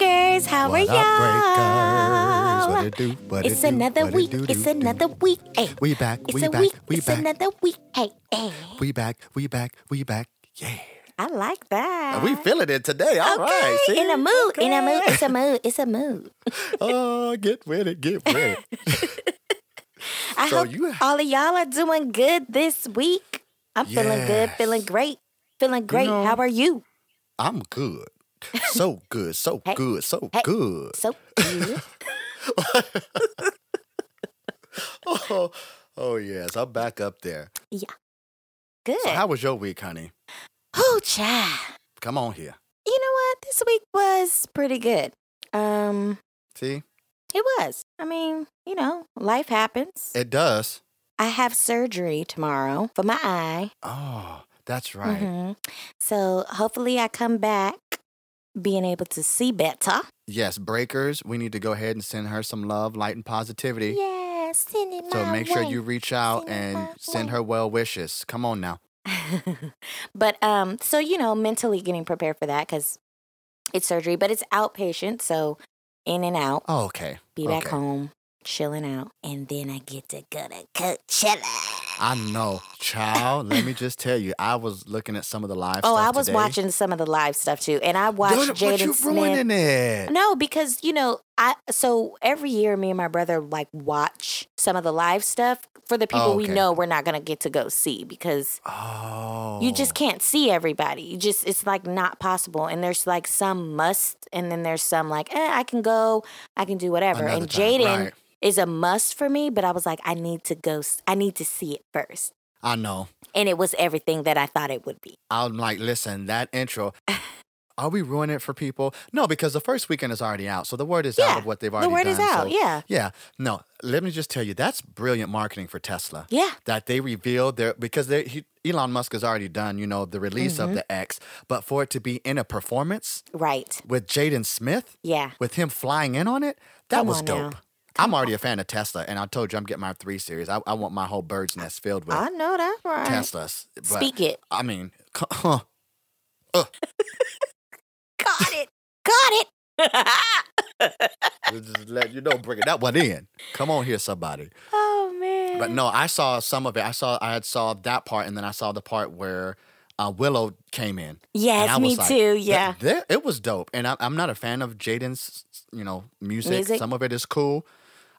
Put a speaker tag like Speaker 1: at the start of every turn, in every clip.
Speaker 1: How are
Speaker 2: What up,
Speaker 1: y'all?
Speaker 2: breakers? What it do? What it
Speaker 1: it's
Speaker 2: do?
Speaker 1: another
Speaker 2: What it
Speaker 1: week.
Speaker 2: do,
Speaker 1: It's
Speaker 2: do, do.
Speaker 1: another week. Ay.
Speaker 2: We back,
Speaker 1: It's
Speaker 2: we
Speaker 1: a
Speaker 2: back,
Speaker 1: week.
Speaker 2: we
Speaker 1: it's
Speaker 2: back.
Speaker 1: another week. Ay, ay.
Speaker 2: We back, we back, we back. Yeah.
Speaker 1: I like that.
Speaker 2: And we feeling it today. All
Speaker 1: Uh-huh. okay.
Speaker 2: right. See?
Speaker 1: In a mood. In a
Speaker 2: Okay.
Speaker 1: mood. It's a mood. It's a mood.
Speaker 2: oh, get with it, get with it.
Speaker 1: I
Speaker 2: So
Speaker 1: hope
Speaker 2: you-
Speaker 1: all of y'all are doing good this week. I'm feeling good.
Speaker 2: Yes.
Speaker 1: Feeling great. Feeling great.
Speaker 2: know-
Speaker 1: How are you?
Speaker 2: I'm good. So good, so
Speaker 1: Hey.
Speaker 2: good, so
Speaker 1: Hey.
Speaker 2: good.
Speaker 1: So good.
Speaker 2: Oh, oh, yes, I'm back up there.
Speaker 1: Good.
Speaker 2: So, how was your week, honey?
Speaker 1: oh, child.
Speaker 2: Come on here.
Speaker 1: You know what? This week was pretty good. Um,
Speaker 2: See,
Speaker 1: it was. I mean, you know, life happens.
Speaker 2: it does.
Speaker 1: I have surgery tomorrow for my eye.
Speaker 2: Oh, that's right.
Speaker 1: Mhm. So hopefully I come back being able to see better.
Speaker 2: Yes, breakers, we need to go ahead and send her some love, light, and positivity.
Speaker 1: Yeah, send it
Speaker 2: Eh. So
Speaker 1: my
Speaker 2: make sure
Speaker 1: way.
Speaker 2: you reach out
Speaker 1: Send it
Speaker 2: and
Speaker 1: my
Speaker 2: send
Speaker 1: way.
Speaker 2: her well wishes. Come on now.
Speaker 1: but um, so you know, mentally getting prepared for that because it's surgery, but it's outpatient, so in and out.
Speaker 2: Oh, okay.
Speaker 1: Be back
Speaker 2: Okay.
Speaker 1: home, chilling out, and then I get to go to Coachella.
Speaker 2: I know, child. let me just tell you, I was looking at some of the live
Speaker 1: Oh,
Speaker 2: stuff
Speaker 1: I was
Speaker 2: today.
Speaker 1: watching some of the live stuff too, and I watched
Speaker 2: Don't- But you
Speaker 1: Jaden Smith.
Speaker 2: ruining it.
Speaker 1: No, because you know, I so every year me and my brother like watch some of the live stuff for the people
Speaker 2: Oh,
Speaker 1: we
Speaker 2: okay.
Speaker 1: know we're not gonna get to go see because
Speaker 2: Oh.
Speaker 1: you just can't see everybody. You just it's like not possible. And there's like some must, and then there's some like eh, I can go, I can do whatever.
Speaker 2: Oh, Another
Speaker 1: and
Speaker 2: time,
Speaker 1: Jaden
Speaker 2: right.
Speaker 1: is a must for me, but I was like I need to go, s- I need to see it first,
Speaker 2: I know.
Speaker 1: and it was everything that I thought it would be.
Speaker 2: I'm like, listen, that intro. Are we ruining it for people? No, because the first weekend is already out, so the word is
Speaker 1: Yeah,
Speaker 2: out of what they've already
Speaker 1: the word
Speaker 2: done.
Speaker 1: is out,
Speaker 2: so-
Speaker 1: yeah,
Speaker 2: Yeah. No, let me just tell you, that's brilliant marketing for Tesla.
Speaker 1: yeah.
Speaker 2: that they revealed their because they, he, Elon Musk has already done, you know, the release
Speaker 1: Mm-hmm.
Speaker 2: of the X, but for it to be in a performance
Speaker 1: Right.
Speaker 2: with Jaden Smith,
Speaker 1: Yeah.
Speaker 2: with him flying in on it, that
Speaker 1: Come
Speaker 2: was
Speaker 1: on
Speaker 2: dope.
Speaker 1: now.
Speaker 2: I'm already a fan of Tesla, and I told you I'm getting my three series. I, I want my whole bird's nest filled with
Speaker 1: I know that right.
Speaker 2: Teslas. But,
Speaker 1: Speak it.
Speaker 2: I mean, c- huh,
Speaker 1: Got it. Got it.
Speaker 2: just let you know, bring it that one in. Come on here, somebody.
Speaker 1: oh man.
Speaker 2: But no, I saw some of it. I saw I had saw that part, and then I saw the part where uh, Willow came in. And I
Speaker 1: Yes, me
Speaker 2: was like,
Speaker 1: too.
Speaker 2: Th-
Speaker 1: Yeah.
Speaker 2: th- it was dope, and I, I'm not a fan of Jaden's, you know, music.
Speaker 1: Music?
Speaker 2: Some of it is cool.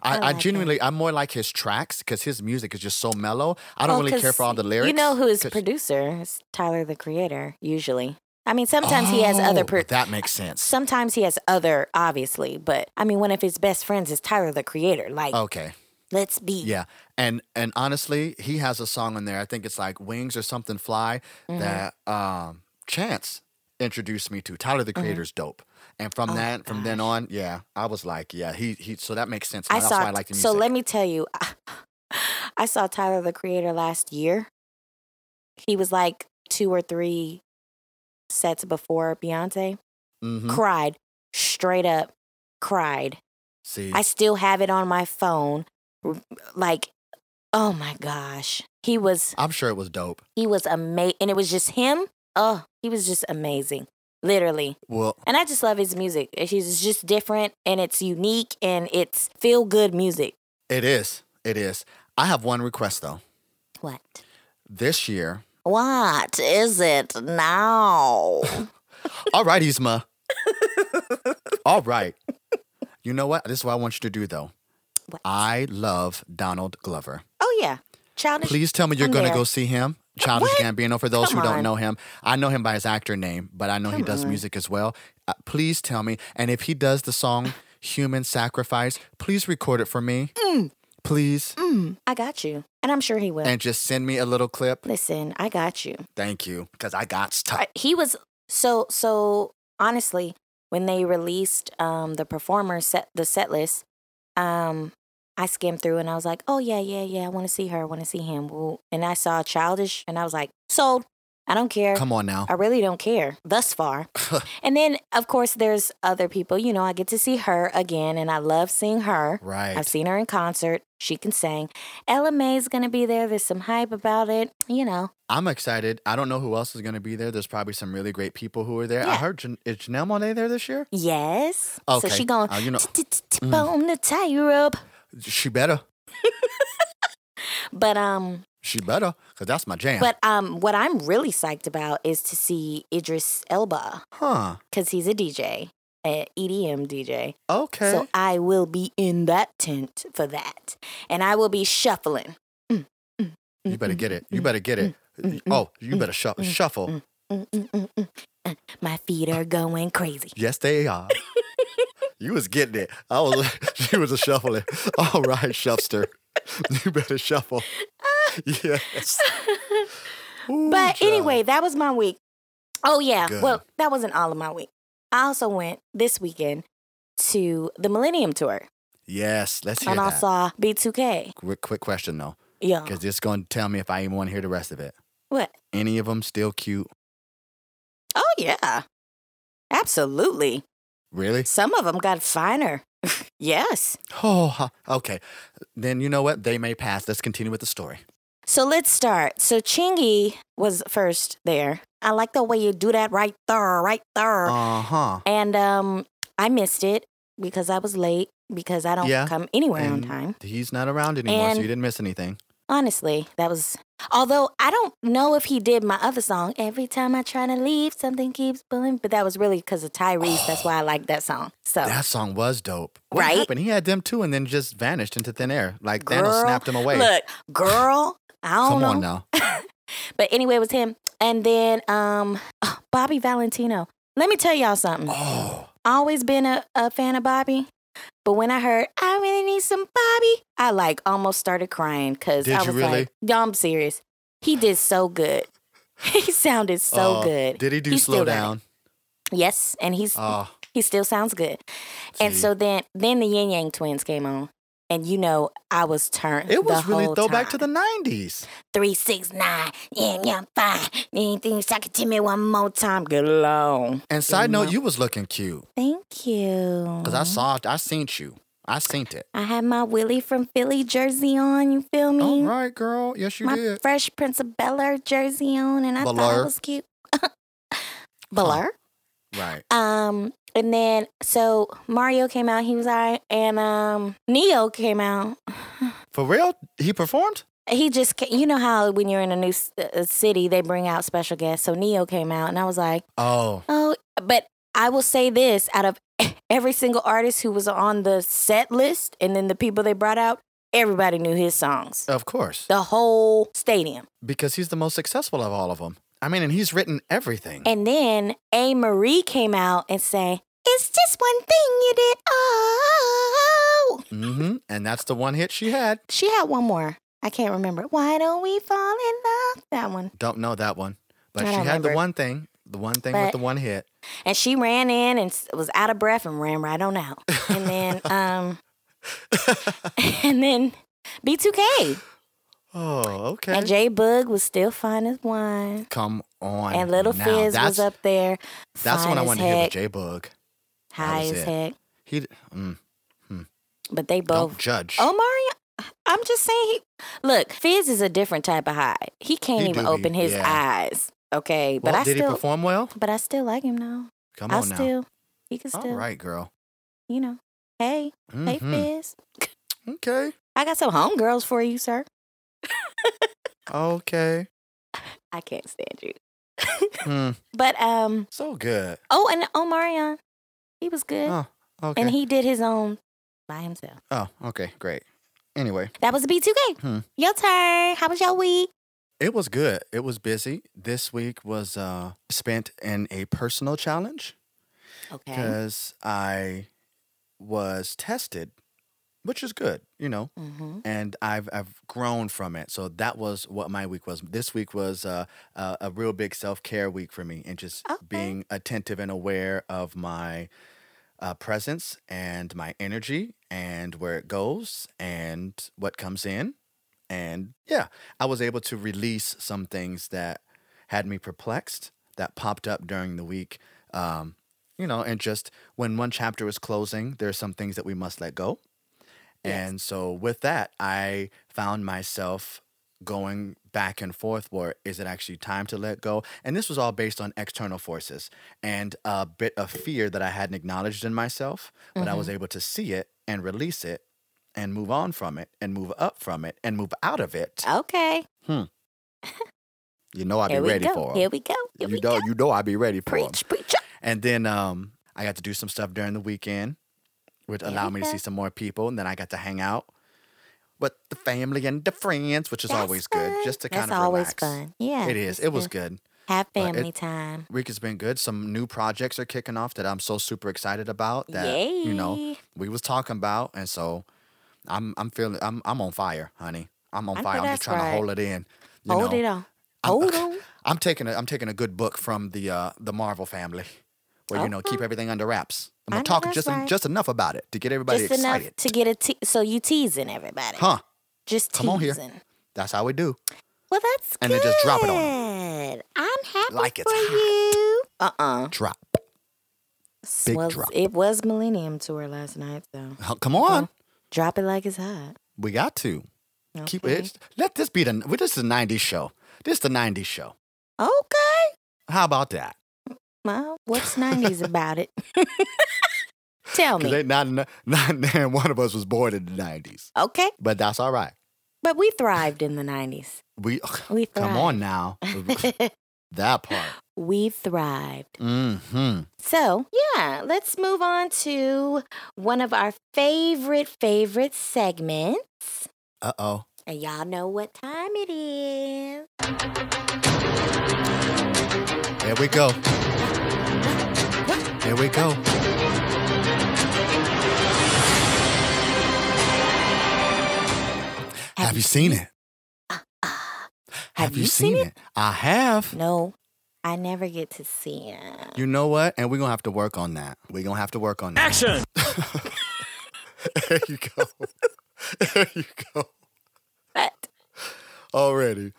Speaker 2: I,
Speaker 1: I
Speaker 2: I,
Speaker 1: like it.
Speaker 2: genuinely, I more like his tracks because his music is just so mellow. I don't
Speaker 1: Well,
Speaker 2: really care
Speaker 1: Oh, 'cause
Speaker 2: for all the lyrics.
Speaker 1: You know who is
Speaker 2: 'cause-
Speaker 1: producer? It's Tyler the Creator. Usually, I mean, sometimes he has other.
Speaker 2: Oh,
Speaker 1: Pro-
Speaker 2: that makes sense.
Speaker 1: sometimes he has other, obviously, but I mean, one of his best friends is Tyler the Creator. Like,
Speaker 2: Okay,
Speaker 1: let's be.
Speaker 2: Oh, yeah, and and honestly, he has a song in there. I think it's like Wings or something fly
Speaker 1: Mm-hmm.
Speaker 2: that um, Chance introduced me to. Tyler the Creator's dope. And from
Speaker 1: Mm-hmm. Oh,
Speaker 2: that, from then on, yeah, I was like, yeah, he he. So that makes sense.
Speaker 1: I
Speaker 2: That's
Speaker 1: saw.
Speaker 2: why I like the music.
Speaker 1: so let me tell you, I saw Tyler the Creator last year. He was like two or three sets before Beyonce.
Speaker 2: Mhm.
Speaker 1: Cried straight up. Cried.
Speaker 2: See,
Speaker 1: I still have it on my phone. R- Like, oh my gosh, he was
Speaker 2: I'm sure it was dope.
Speaker 1: he was amazing, and it was just him. Oh, he was just amazing, literally.
Speaker 2: Well,
Speaker 1: And I just love his music. It's just- it's just different, and it's unique, and it's feel good music.
Speaker 2: it is. It is. I have one request though.
Speaker 1: What?
Speaker 2: This year,
Speaker 1: What is it now?
Speaker 2: all right, Isma. all right. You know what? This is what I want you to do though.
Speaker 1: What?
Speaker 2: I love Donald Glover.
Speaker 1: oh yeah, childish.
Speaker 2: Please tell me you're
Speaker 1: I'm
Speaker 2: going to
Speaker 1: there.
Speaker 2: go see him. Childish
Speaker 1: Uh, What?
Speaker 2: Gambino, for those
Speaker 1: Come
Speaker 2: who
Speaker 1: on.
Speaker 2: don't know him, I know him by his actor name, but I know he
Speaker 1: Come
Speaker 2: does
Speaker 1: on.
Speaker 2: music as well. Uh, please tell me. And if he does the song Human Sacrifice, please record it for me. Please.
Speaker 1: Mm, I got you, and I'm sure he will.
Speaker 2: And just send me a little clip.
Speaker 1: Listen, I got you.
Speaker 2: Thank you. Because I got stuck.
Speaker 1: I- he was so so honestly when they released um the performer set the set list um i skimmed through and i was like oh yeah yeah yeah i want to see her i want to see him Woo. and i saw childish and i was like sold I don't care.
Speaker 2: Come on now.
Speaker 1: I really don't care thus far. and then, of course, there's other people. You know, I get to see her again, and I love seeing her.
Speaker 2: Right.
Speaker 1: I've seen her in concert. She can sing. Ella May's going to be there. There's some hype about it. You know,
Speaker 2: I'm excited. I don't know who else is going to be there. There's probably some really great people who are there. I
Speaker 1: Yeah.
Speaker 2: heard Jan- is Janelle Monet there this year?
Speaker 1: yes.
Speaker 2: Okay.
Speaker 1: So she going
Speaker 2: Uh, you know-
Speaker 1: tip on the tightrope.
Speaker 2: She better.
Speaker 1: But um,
Speaker 2: She better. Because that's my jam.
Speaker 1: but um, what I'm really psyched about is to see Idris Elba
Speaker 2: huh.
Speaker 1: because he's a DJ, a E EDM DJ.
Speaker 2: Okay.
Speaker 1: So I will be in that tent for that, and I will be shuffling. Mm, mm,
Speaker 2: you
Speaker 1: mm,
Speaker 2: better
Speaker 1: mm,
Speaker 2: get it.
Speaker 1: mm,
Speaker 2: You better get it.
Speaker 1: mm, mm,
Speaker 2: Oh, you better shu-
Speaker 1: mm,
Speaker 2: shuffle.
Speaker 1: mm. mm, mm, mm, mm, mm. My feet are going crazy.
Speaker 2: Yes, they are. you was getting it. I was. she was a shuffling. All right, shuffster. You better shuffle. Yes. Ooh,
Speaker 1: But
Speaker 2: child.
Speaker 1: anyway, that was my week. Oh yeah.
Speaker 2: Good.
Speaker 1: Well, that wasn't all of my week. I also went this weekend to the Millennium Tour,
Speaker 2: Yes. Let's hear
Speaker 1: and I
Speaker 2: that.
Speaker 1: saw Uh-huh. B2K.
Speaker 2: quick, quick question though,
Speaker 1: Yeah.
Speaker 2: because it's gonna tell me if I even want to hear the rest of it.
Speaker 1: What?
Speaker 2: Any of them still cute?
Speaker 1: Oh yeah. Absolutely.
Speaker 2: Really?
Speaker 1: Some of them got finer. yes.
Speaker 2: Oh, ha- okay. Then you know what? They may pass. Let's continue with the story.
Speaker 1: So let's start. So Chingy was first there. I like the way you do that right there, right there.
Speaker 2: Uh huh.
Speaker 1: and um, I missed it because I was late because I don't
Speaker 2: Yeah,
Speaker 1: come anywhere on
Speaker 2: and
Speaker 1: time.
Speaker 2: He's not around anymore, so
Speaker 1: And-
Speaker 2: you didn't miss anything.
Speaker 1: Honestly, that was. Although I don't know if he did my other song. Every time I try to leave, something keeps pulling. But that was really because of Tyrese. That's why I like that song. So
Speaker 2: That song was dope. What
Speaker 1: Oh. Right?
Speaker 2: happened? He had them too, and then just vanished into thin air. Like Thanos
Speaker 1: Girl,
Speaker 2: snapped him away.
Speaker 1: look, girl, I don't
Speaker 2: Come
Speaker 1: know.
Speaker 2: on now.
Speaker 1: But anyway, it was him. And then um, Bobby Valentino. Let me tell y'all something.
Speaker 2: Oh,
Speaker 1: always been a, a fan of Bobby. But when I heard, I really need some Bobby, I like almost started crying because
Speaker 2: Did
Speaker 1: I
Speaker 2: you
Speaker 1: was
Speaker 2: really?
Speaker 1: like, no, I'm serious. He did so good. he sounded so
Speaker 2: uh,
Speaker 1: good.
Speaker 2: Did he do
Speaker 1: He's
Speaker 2: slow
Speaker 1: still got it.
Speaker 2: down?
Speaker 1: Yes. And he's
Speaker 2: Oh,
Speaker 1: he still sounds good. And
Speaker 2: gee.
Speaker 1: so then then the Yin Yang twins came on. And you know, I was turned.
Speaker 2: it was
Speaker 1: the
Speaker 2: really
Speaker 1: whole
Speaker 2: throwback to
Speaker 1: time.
Speaker 2: the '90s.
Speaker 1: three six nine. Yin Yang five. Anything suck it to me one more time. Get along.
Speaker 2: And side
Speaker 1: know.
Speaker 2: note, you was looking cute
Speaker 1: Thank you.
Speaker 2: because I saw, I seen you, I seen it.
Speaker 1: I had my Willie from Philly jersey on, you feel me?
Speaker 2: All right, girl. Yes, you
Speaker 1: my
Speaker 2: did.
Speaker 1: Fresh Prince of Bel Air jersey on, and I thought
Speaker 2: Bel-Air.
Speaker 1: it was cute. Bel Air.
Speaker 2: Right.
Speaker 1: Um, and then so Mario came out, he was all right, and um, Neo came out.
Speaker 2: For real? He performed?
Speaker 1: He just, ca- you know how when you're in a new s- uh, city, they bring out special guests. So Neo came out, and I was like,
Speaker 2: Oh,
Speaker 1: oh, but I will say this out of every single artist who was on the set list, and then the people they brought out, everybody knew his songs.
Speaker 2: of course.
Speaker 1: the whole stadium.
Speaker 2: Because he's the most successful of all of them. I mean, and he's written everything.
Speaker 1: And then A. Marie came out and say, "It's just one thing you did." Oh,
Speaker 2: hmm And that's the one hit she had.
Speaker 1: she had one more. I can't remember. Why don't we fall in love? That one.
Speaker 2: Don't know that one. But
Speaker 1: I
Speaker 2: she
Speaker 1: don't
Speaker 2: had the
Speaker 1: remember.
Speaker 2: one thing, the one thing with
Speaker 1: But-
Speaker 2: the one hit.
Speaker 1: And she ran in and s- was out of breath and ran right on out. And then, um, and then B2K
Speaker 2: Oh, okay.
Speaker 1: and J Boog was still fine as wine.
Speaker 2: Come on.
Speaker 1: And Little
Speaker 2: now.
Speaker 1: Fizz
Speaker 2: that's,
Speaker 1: was up there.
Speaker 2: That's
Speaker 1: fine
Speaker 2: when I
Speaker 1: as
Speaker 2: wanted
Speaker 1: heck,
Speaker 2: to hear with J Bug.
Speaker 1: High
Speaker 2: was
Speaker 1: as
Speaker 2: it.
Speaker 1: heck.
Speaker 2: He d- mm,
Speaker 1: But they both
Speaker 2: don't judge.
Speaker 1: Oh, Mario, I'm just saying. He, look, Fizz is a different type of high. He can't
Speaker 2: He
Speaker 1: even
Speaker 2: do be-
Speaker 1: open his
Speaker 2: yeah.
Speaker 1: eyes. Okay,
Speaker 2: well,
Speaker 1: but I
Speaker 2: did he
Speaker 1: still,
Speaker 2: perform well?
Speaker 1: but I still like him though.
Speaker 2: Come
Speaker 1: I
Speaker 2: on now.
Speaker 1: still, he can
Speaker 2: All
Speaker 1: still,
Speaker 2: right, girl.
Speaker 1: you know. Hey, hey,
Speaker 2: Mhm.
Speaker 1: Fizz,
Speaker 2: Okay.
Speaker 1: I got some homegirls for you, sir.
Speaker 2: Okay.
Speaker 1: I can't stand you.
Speaker 2: Hmm.
Speaker 1: But um,
Speaker 2: So good.
Speaker 1: oh, and Omarion, he was good,
Speaker 2: Oh, okay.
Speaker 1: and he did his own by himself.
Speaker 2: Oh, okay, great. Anyway,
Speaker 1: That was B2K.
Speaker 2: Hmm.
Speaker 1: Your turn. How was your week?
Speaker 2: it was good. It was busy. This week was uh, spent in a personal challenge
Speaker 1: Okay.
Speaker 2: because I was tested, which is good, you know,
Speaker 1: Mm-hmm.
Speaker 2: and I've I've grown from it. So that was what my week was. This week was uh, a a real big self care week for me, and just
Speaker 1: Okay.
Speaker 2: being attentive and aware of my uh, presence and my energy and where it goes and what comes in. And yeah, I was able to release some things that had me perplexed that popped up during the week. Um, you know, and just when one chapter is closing, there's some things that we must let go. And so with that, I found myself going back and forth where is it actually time to let go? And this was all based on external forces and a bit of fear that I hadn't acknowledged in myself, but I was
Speaker 1: Mm-hmm.
Speaker 2: able to see it and release it and move on from it and move up from it and move out of it.
Speaker 1: Okay.
Speaker 2: You know I'd be
Speaker 1: Uh, Here we
Speaker 2: ready
Speaker 1: go.
Speaker 2: for
Speaker 1: Here
Speaker 2: 'em.
Speaker 1: we go. Here
Speaker 2: You
Speaker 1: we
Speaker 2: know,
Speaker 1: go.
Speaker 2: you know I'd be ready for 'em.
Speaker 1: Preach, preach.
Speaker 2: And then um, I got to do some stuff during the weekend, which
Speaker 1: There we
Speaker 2: allowed me to
Speaker 1: go.
Speaker 2: see some more people. And then I got to hang out with the family and the friends, which is
Speaker 1: That's
Speaker 2: always
Speaker 1: fun.
Speaker 2: good, just to
Speaker 1: That's
Speaker 2: kind of
Speaker 1: always
Speaker 2: relax.
Speaker 1: fun. Yeah.
Speaker 2: it is.
Speaker 1: that's
Speaker 2: It was
Speaker 1: good.
Speaker 2: good.
Speaker 1: Have
Speaker 2: but it-
Speaker 1: family time.
Speaker 2: Week has been good. Some new projects are kicking off that I'm so super excited about. That
Speaker 1: Yay.
Speaker 2: you know we was talking about, and so I'm I'm feeling I'm I'm on fire, honey. I'm on
Speaker 1: I know
Speaker 2: fire. I'm just
Speaker 1: that's
Speaker 2: trying
Speaker 1: right.
Speaker 2: to hold it in. You
Speaker 1: Hold
Speaker 2: know,
Speaker 1: it on.
Speaker 2: I'm-
Speaker 1: Hold on.
Speaker 2: I'm taking a I'm taking a good book from the uh the Marvel family, where you know keep
Speaker 1: Okay.
Speaker 2: everything under wraps. I'm
Speaker 1: I
Speaker 2: gonna
Speaker 1: know
Speaker 2: talk
Speaker 1: that's
Speaker 2: just
Speaker 1: right.
Speaker 2: just enough about it to get everybody
Speaker 1: Just
Speaker 2: excited.
Speaker 1: enough to get a te- so you teasing everybody.
Speaker 2: Huh?
Speaker 1: Just teasing.
Speaker 2: Come on here. That's how we do.
Speaker 1: Well, that's
Speaker 2: And
Speaker 1: good.
Speaker 2: then just drop it on
Speaker 1: I'm happy
Speaker 2: Like it's
Speaker 1: for
Speaker 2: hot.
Speaker 1: you. Uh uh
Speaker 2: Drop. Big drop.
Speaker 1: It was Millennium Tour last night, so
Speaker 2: Huh, Come on,
Speaker 1: Well, drop it like it's hot.
Speaker 2: we got to keep
Speaker 1: Okay.
Speaker 2: it. Let this be the well, this is the '90s show. This is the '90s show.
Speaker 1: Okay.
Speaker 2: How about that?
Speaker 1: Well, what's nineties about it? Tell me.
Speaker 2: Because not not not one of us was born in the '90s,
Speaker 1: okay.
Speaker 2: but that's all right.
Speaker 1: But we thrived in the nineties.
Speaker 2: We
Speaker 1: We thrived.
Speaker 2: come on now. that part.
Speaker 1: we thrived.
Speaker 2: Mm-hmm.
Speaker 1: So yeah, let's move on to one of our favorite, favorite segments.
Speaker 2: Uh oh.
Speaker 1: And y'all know what time it is.
Speaker 2: Here we go. Here we go. Have you seen it?
Speaker 1: Ah,
Speaker 2: Have you seen it? I have.
Speaker 1: No, I never get to see it.
Speaker 2: You know what? And we're going to have to work on that. We're going to have to work on that.
Speaker 3: Action!
Speaker 2: there you go. there you go.
Speaker 1: But-
Speaker 2: Already.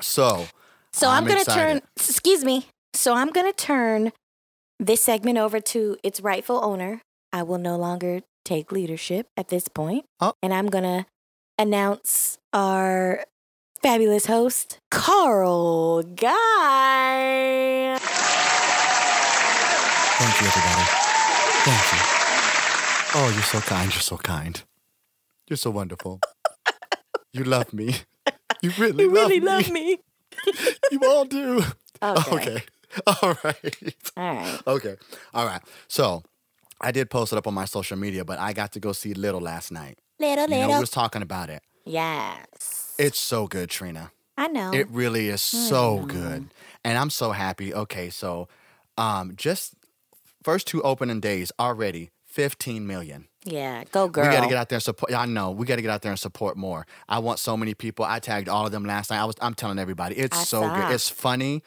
Speaker 2: So,
Speaker 1: so
Speaker 2: I'm
Speaker 1: I'm, gonna
Speaker 2: excited.
Speaker 1: turn. Excuse me. So I'm gonna turn this segment over to its rightful owner. I will no longer take leadership at this point,
Speaker 2: Oh.
Speaker 1: and I'm gonna announce our fabulous host, Carl Guy.
Speaker 2: thank you, everybody. Thank you. Oh, you're so kind. You're so kind. You're so wonderful. You love me. You really,
Speaker 1: You really
Speaker 2: love,
Speaker 1: love me.
Speaker 2: me. You all do.
Speaker 1: Okay.
Speaker 2: Oh, okay. All right.
Speaker 1: All right.
Speaker 2: Okay. All right. So I did post it up on my social media, but I got to go see Little last night.
Speaker 1: Little
Speaker 2: You know,
Speaker 1: little.
Speaker 2: we was talking about it.
Speaker 1: yes.
Speaker 2: It's so good, Trina.
Speaker 1: I know.
Speaker 2: It really is so good. And I'm so happy. Okay, so um just first two opening days already 15 million.
Speaker 1: yeah. Go girl.
Speaker 2: We got to get out there and support. I know. We got to get out there and support more. I want so many people. I tagged all of them last night. I was I'm telling everybody. It's
Speaker 1: I
Speaker 2: so
Speaker 1: saw.
Speaker 2: good. It's funny.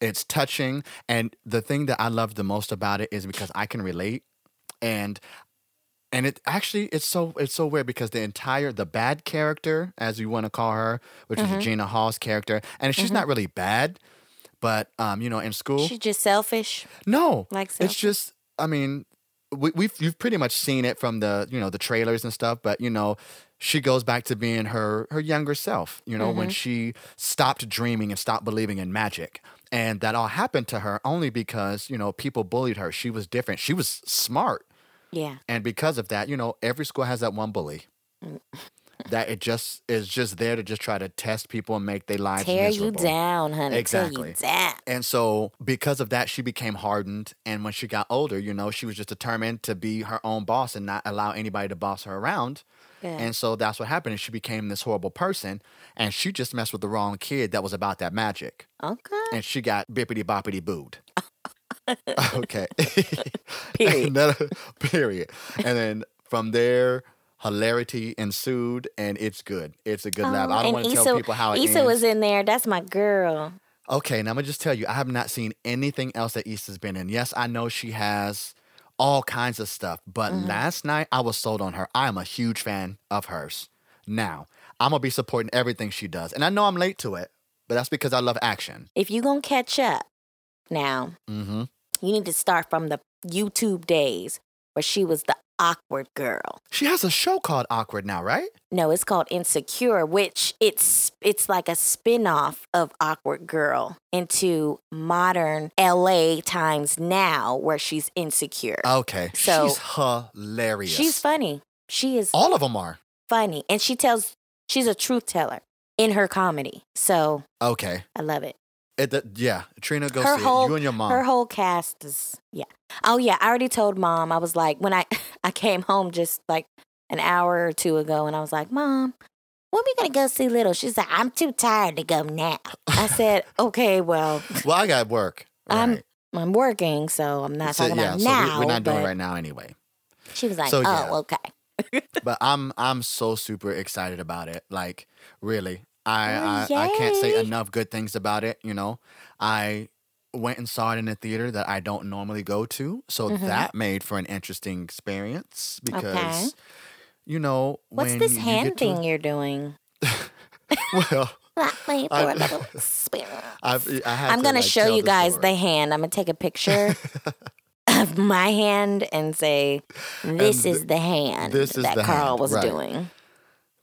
Speaker 2: It's touching. And the thing that I love the most about it is because I can relate and and it actually it's so it's so weird because the entire the bad character as you want to call her which
Speaker 1: Mm-hmm.
Speaker 2: is Regina Hall's character and she's not really bad but um you know in school
Speaker 1: She just selfish.
Speaker 2: no,
Speaker 1: Like
Speaker 2: it's
Speaker 1: selfish?
Speaker 2: just. I mean, we, we've you've pretty much seen it from the you know the trailers and stuff, but you know, she goes back to being her her younger self. You know,
Speaker 1: Mm-hmm.
Speaker 2: when she stopped dreaming and stopped believing in magic, and that all happened to her only because you know people bullied her. She was different. She was smart,
Speaker 1: Yeah.
Speaker 2: and because of that, you know, every school has that one bully.
Speaker 1: Mm.
Speaker 2: That it just is just there to just try to test people and make their lives
Speaker 1: Tear
Speaker 2: miserable.
Speaker 1: you down, honey. Tear
Speaker 2: Exactly.
Speaker 1: you down.
Speaker 2: And so, because of that, she became hardened. And when she got older, you know, she was just determined to be her own boss and not allow anybody to boss her around.
Speaker 1: Yeah.
Speaker 2: And so that's what happened. And she became this horrible person. And she just messed with the wrong kid that was about that magic.
Speaker 1: okay.
Speaker 2: And she got bippity boppity booed. okay.
Speaker 1: Period.
Speaker 2: Another- period. And then from there, hilarity ensued. And it's good. It's a good
Speaker 1: Oh,
Speaker 2: laugh. I don't want to tell people how it
Speaker 1: Um, Issa
Speaker 2: ends.
Speaker 1: was in there. That's my girl.
Speaker 2: Okay, now I'm gonna just tell you, I have not seen anything else that Issa's been in. Yes, I know she has all kinds of stuff, but
Speaker 1: Mm-hmm.
Speaker 2: last night I was sold on her. I am a huge fan of hers. Now, I'm gonna be supporting everything she does. And I know I'm late to it, But that's because I love action.
Speaker 1: If you gonna catch up now,
Speaker 2: Mm-hmm.
Speaker 1: you need to start from the YouTube days where she was the awkward girl.
Speaker 2: She has a show called Awkward now, right?
Speaker 1: No, it's called Insecure, which it's it's like a spin-off of Awkward Girl into modern LA times now where she's insecure.
Speaker 2: Okay.
Speaker 1: So-
Speaker 2: she's hilarious.
Speaker 1: she's funny. She is
Speaker 2: All of them are.
Speaker 1: funny and she tells she's a truth teller in her comedy. So,
Speaker 2: Okay.
Speaker 1: I love it.
Speaker 2: It, that- yeah. Trina, go
Speaker 1: Her
Speaker 2: see
Speaker 1: whole-
Speaker 2: it. You and your mom.
Speaker 1: Her whole cast is yeah. Oh yeah, I already told mom. I was like when I I came home just like an hour or two ago, and I was like, Mom, when we gonna go see Little? She's like, I'm too tired to go now. I said, Okay, well,
Speaker 2: well, I got work.
Speaker 1: I'm
Speaker 2: Right.
Speaker 1: I'm working, so I'm not
Speaker 2: So,
Speaker 1: talking
Speaker 2: yeah,
Speaker 1: about
Speaker 2: so we-
Speaker 1: now.
Speaker 2: we're not doing
Speaker 1: but
Speaker 2: it right now anyway.
Speaker 1: She was like,
Speaker 2: So,
Speaker 1: Oh,
Speaker 2: yeah.
Speaker 1: okay.
Speaker 2: but I'm I'm so super excited about it. Like really, I
Speaker 1: Oh,
Speaker 2: I, I can't say
Speaker 1: yay.
Speaker 2: enough good things about it. You know, I went and saw it in a theater that I don't normally go to, so
Speaker 1: Mhm.
Speaker 2: that made for an interesting experience
Speaker 1: Okay.
Speaker 2: because you know
Speaker 1: What's
Speaker 2: when
Speaker 1: this
Speaker 2: you
Speaker 1: hand
Speaker 2: get to-
Speaker 1: thing you're doing?
Speaker 2: well,
Speaker 1: Like, wait for
Speaker 2: I-
Speaker 1: a little experience.
Speaker 2: I've, I have
Speaker 1: I'm
Speaker 2: to,
Speaker 1: gonna
Speaker 2: like,
Speaker 1: show
Speaker 2: tell
Speaker 1: you
Speaker 2: the
Speaker 1: guys
Speaker 2: story.
Speaker 1: the hand. I'm gonna take a picture of my hand and say, "This
Speaker 2: th-
Speaker 1: is the hand
Speaker 2: this is
Speaker 1: that
Speaker 2: the
Speaker 1: Carl
Speaker 2: hand,
Speaker 1: was
Speaker 2: right.
Speaker 1: doing."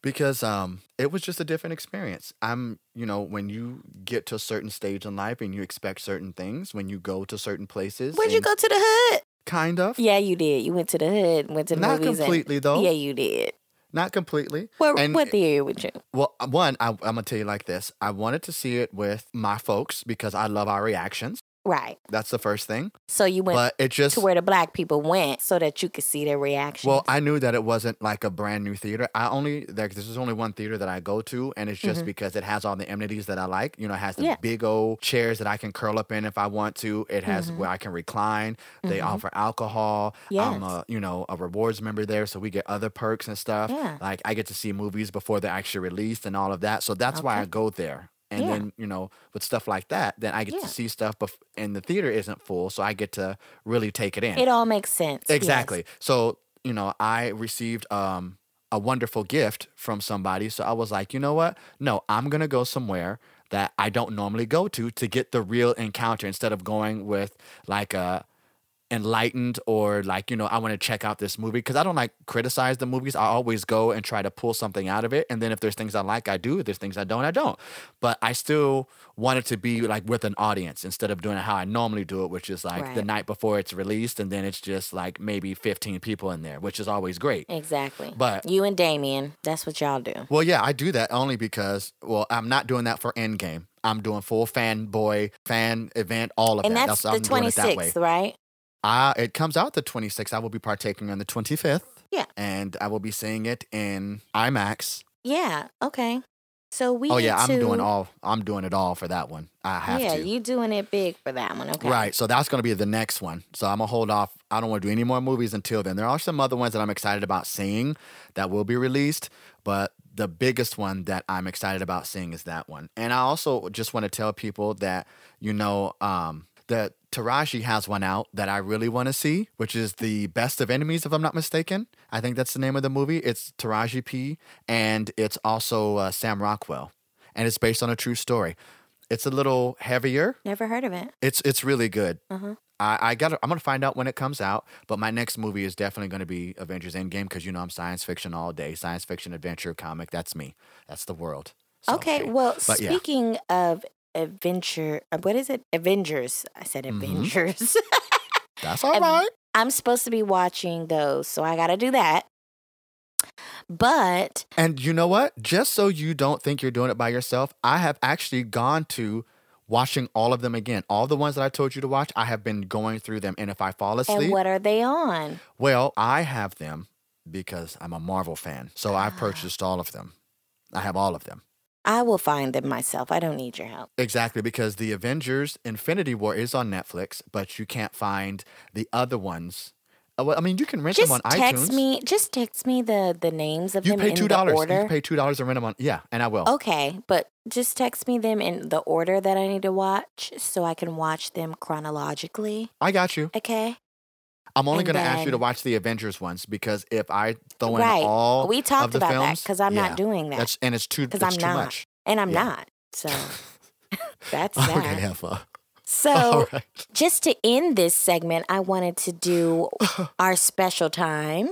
Speaker 2: because um it was just a different experience i'm you know when you get to a certain stage in life and you expect certain things when you go to certain places
Speaker 1: Where'd you
Speaker 2: and
Speaker 1: go to the hood?
Speaker 2: kind of
Speaker 1: Yeah, you did. You went to the hood. Went to the
Speaker 2: not
Speaker 1: movies. and-
Speaker 2: completely though
Speaker 1: Yeah, you did.
Speaker 2: not completely
Speaker 1: What
Speaker 2: And-
Speaker 1: what theory would you?
Speaker 2: well one I, i'm gonna tell you like this i wanted to see it with my folks because i love our reactions
Speaker 1: Right.
Speaker 2: that's the first thing
Speaker 1: So you went
Speaker 2: but it just
Speaker 1: to where the black people went so that you could see their reaction.
Speaker 2: Well, I knew that it wasn't like a brand new theater. I only like this is only one theater that I go to, and it's just
Speaker 1: Mhm.
Speaker 2: because it has all the amenities that I like. You know, it has the
Speaker 1: Yeah.
Speaker 2: big old chairs that I can curl up in if I want to. It has
Speaker 1: Mhm.
Speaker 2: where I can recline. They
Speaker 1: Mhm.
Speaker 2: offer alcohol.
Speaker 1: Yes.
Speaker 2: I'm a you know a rewards member there, so we get other perks and stuff.
Speaker 1: Yeah.
Speaker 2: Like I get to see movies before they're actually released and all of that. So that's why
Speaker 1: Okay.
Speaker 2: I go there. And
Speaker 1: Yeah.
Speaker 2: then you know with stuff like that, then I get
Speaker 1: Yeah.
Speaker 2: to see stuff, bef- and the theater isn't full, so I get to really take it in.
Speaker 1: it all makes sense. yes.
Speaker 2: Exactly. So, you know, I received um a wonderful gift from somebody. So I was like, you know what? No, I'm gonna go somewhere that I don't normally go to to get the real encounter instead of going with like a enlightened or like you know i want to check out this movie because i don't like criticize the movies i always go and try to pull something out of it and then if there's things i like i do if there's things i don't i don't but i still want it to be like with an audience instead of doing it how i normally do it which is like the
Speaker 1: Right.
Speaker 2: night before it's released and then it's just like maybe 15 people in there which is always great
Speaker 1: Exactly.
Speaker 2: But-
Speaker 1: you and Damien, that's what y'all do.
Speaker 2: well yeah i do that only because well i'm not doing that for endgame i'm doing full fanboy fan event all of
Speaker 1: And
Speaker 2: that
Speaker 1: that's,
Speaker 2: I'm
Speaker 1: the
Speaker 2: doing it that way
Speaker 1: 26th, right?
Speaker 2: Uh, it comes out the 26th. I will be partaking on the 25th.
Speaker 1: Yeah.
Speaker 2: And I will be seeing it in IMAX.
Speaker 1: Yeah. Okay. So we.
Speaker 2: oh
Speaker 1: need
Speaker 2: yeah, I'm doing
Speaker 1: to-
Speaker 2: all I'm doing it all for that one. I have
Speaker 1: yeah,
Speaker 2: to.
Speaker 1: you doing it big for that one. Okay.
Speaker 2: Right. So that's going to be the next one. So I'm going to hold off. I don't want to do any more movies until then. There are some other ones that I'm excited about seeing that will be released, but the biggest one that I'm excited about seeing is that one. And I also just want to tell people that, you know, um, that Taraji has one out that I really want to see, which is The Best of Enemies, if I'm not mistaken. I think that's the name of the movie. It's Taraji P. and it's also uh, Sam Rockwell. And it's based on a true story. It's a little heavier.
Speaker 1: Never heard of it.
Speaker 2: It's it's really good.
Speaker 1: Uh-huh.
Speaker 2: I, I got. I'm gonna find out when it comes out. But my next movie is definitely gonna be Avengers Endgame because you know I'm science fiction all day, science fiction adventure comic. That's me. That's the world. So,
Speaker 1: okay. Well,
Speaker 2: But, yeah.
Speaker 1: speaking of adventure, uh, what is it? Avengers. I said
Speaker 2: Mhm.
Speaker 1: Avengers.
Speaker 2: that's all
Speaker 1: Ev-
Speaker 2: right.
Speaker 1: I'm supposed to be watching those, so I got to do that. But
Speaker 2: And you know what? Just so you don't think you're doing it by yourself, I have actually gone to watching all of them again. All the ones that I told you to watch, I have been going through them. And if I fall asleep,
Speaker 1: and what are they on?
Speaker 2: Well, I have them because I'm a Marvel fan. So
Speaker 1: Ah.
Speaker 2: I've purchased all of them. I have all of them.
Speaker 1: I will find them myself. I don't need your help.
Speaker 2: Exactly, because the Avengers Infinity War is on Netflix, but you can't find the other ones. Uh, well, I mean, you can rent
Speaker 1: Just
Speaker 2: them on
Speaker 1: text
Speaker 2: iTunes.
Speaker 1: me. Just text me the the names of
Speaker 2: you
Speaker 1: them
Speaker 2: pay
Speaker 1: in
Speaker 2: two
Speaker 1: the
Speaker 2: dollars.
Speaker 1: order. Oh.
Speaker 2: You pay two dollars and rent them on. Yeah, and I will.
Speaker 1: Okay, but just text me them in the order that I need to watch so I can watch them chronologically.
Speaker 2: I got you.
Speaker 1: Okay.
Speaker 2: I'm only
Speaker 1: And
Speaker 2: going to ask you to
Speaker 1: then-
Speaker 2: watch the Avengers ones because if I throw
Speaker 1: Right.
Speaker 2: in all,
Speaker 1: we talked
Speaker 2: the
Speaker 1: about that
Speaker 2: films?
Speaker 1: because I'm
Speaker 2: Yeah.
Speaker 1: not doing that.
Speaker 2: that's and it's too.
Speaker 1: 'Cause
Speaker 2: it's
Speaker 1: I'm
Speaker 2: too
Speaker 1: not.
Speaker 2: much.
Speaker 1: and I'm
Speaker 2: yeah.
Speaker 1: not. So That's that.
Speaker 2: Okay, Heffa.
Speaker 1: So,
Speaker 2: All right.
Speaker 1: just to end this segment, I wanted to do our special time.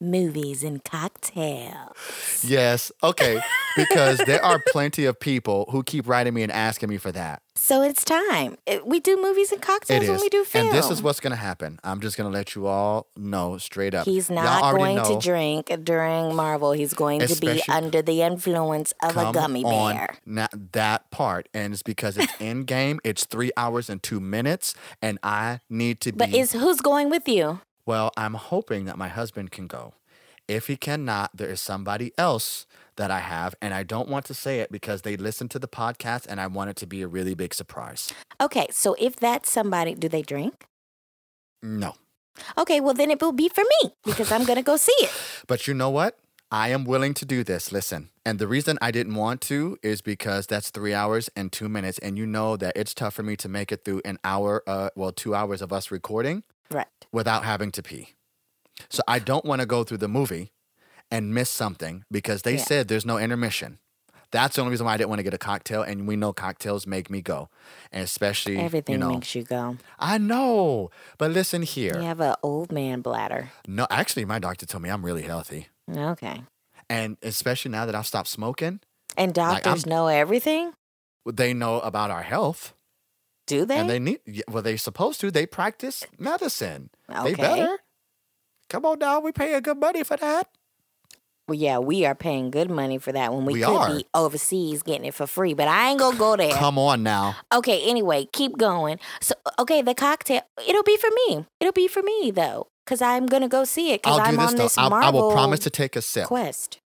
Speaker 1: Movies and cocktails.
Speaker 2: Yes. Okay. Because there are plenty of people who keep writing me and asking me for that.
Speaker 1: So it's time. It- we do movies and cocktails
Speaker 2: it
Speaker 1: when
Speaker 2: is.
Speaker 1: we do film.
Speaker 2: And this is what's going to happen. I'm just going to let you all know straight up.
Speaker 1: He's
Speaker 2: Y'all
Speaker 1: not
Speaker 2: already
Speaker 1: going
Speaker 2: know.
Speaker 1: to drink during Marvel. He's going to be
Speaker 2: Especially-
Speaker 1: under the influence of a
Speaker 2: Come
Speaker 1: gummy
Speaker 2: on,
Speaker 1: bear.
Speaker 2: Not that part. And it's because it's in game. It's three hours and two minutes. And I need to
Speaker 1: But
Speaker 2: be.
Speaker 1: is who's going with you?
Speaker 2: well, I'm hoping that my husband can go. If he cannot, there is somebody else that I have. And I don't want to say it because they listen to the podcast and I want it to be a really big surprise.
Speaker 1: Okay, so if that's somebody, do they drink?
Speaker 2: No.
Speaker 1: Okay, well then it will be for me because I'm gonna go see it.
Speaker 2: But you know what? I am willing to do this. Listen. And the reason I didn't want to is because that's three hours and two minutes. And you know that it's tough for me to make it through an hour, uh, well, two hours of us recording
Speaker 1: Right.
Speaker 2: without having to pee. So I don't want to go through the movie and miss something because they
Speaker 1: Yeah.
Speaker 2: said there's no intermission. That's the only reason why I didn't want to get a cocktail. And we know cocktails make me go. And especially,
Speaker 1: Everything
Speaker 2: you know,
Speaker 1: makes you go.
Speaker 2: I know. But listen
Speaker 1: You
Speaker 2: here.
Speaker 1: have an old man bladder.
Speaker 2: No, actually, my doctor told me I'm really healthy.
Speaker 1: Okay.
Speaker 2: And especially now that I've stopped smoking,
Speaker 1: And
Speaker 2: Like,
Speaker 1: doctors
Speaker 2: I'm-
Speaker 1: know everything?
Speaker 2: they know about our health
Speaker 1: Do they?
Speaker 2: and they need, yeah, well, they're supposed to. They practice medicine.
Speaker 1: okay.
Speaker 2: They better. Come on now, we pay a good money for that.
Speaker 1: Well, yeah, we are paying good money for that when we,
Speaker 2: We
Speaker 1: could
Speaker 2: are.
Speaker 1: be overseas getting it for free. But I ain't gonna go there.
Speaker 2: Come on now.
Speaker 1: Okay, anyway, keep going. So, okay, the cocktail, it'll be for me. It'll be for me, though, because I'm going to go see it because
Speaker 2: I'll
Speaker 1: I'm
Speaker 2: do
Speaker 1: on
Speaker 2: this
Speaker 1: this
Speaker 2: though. I'll- I
Speaker 1: Marvel
Speaker 2: will promise to take a sip.
Speaker 1: quest.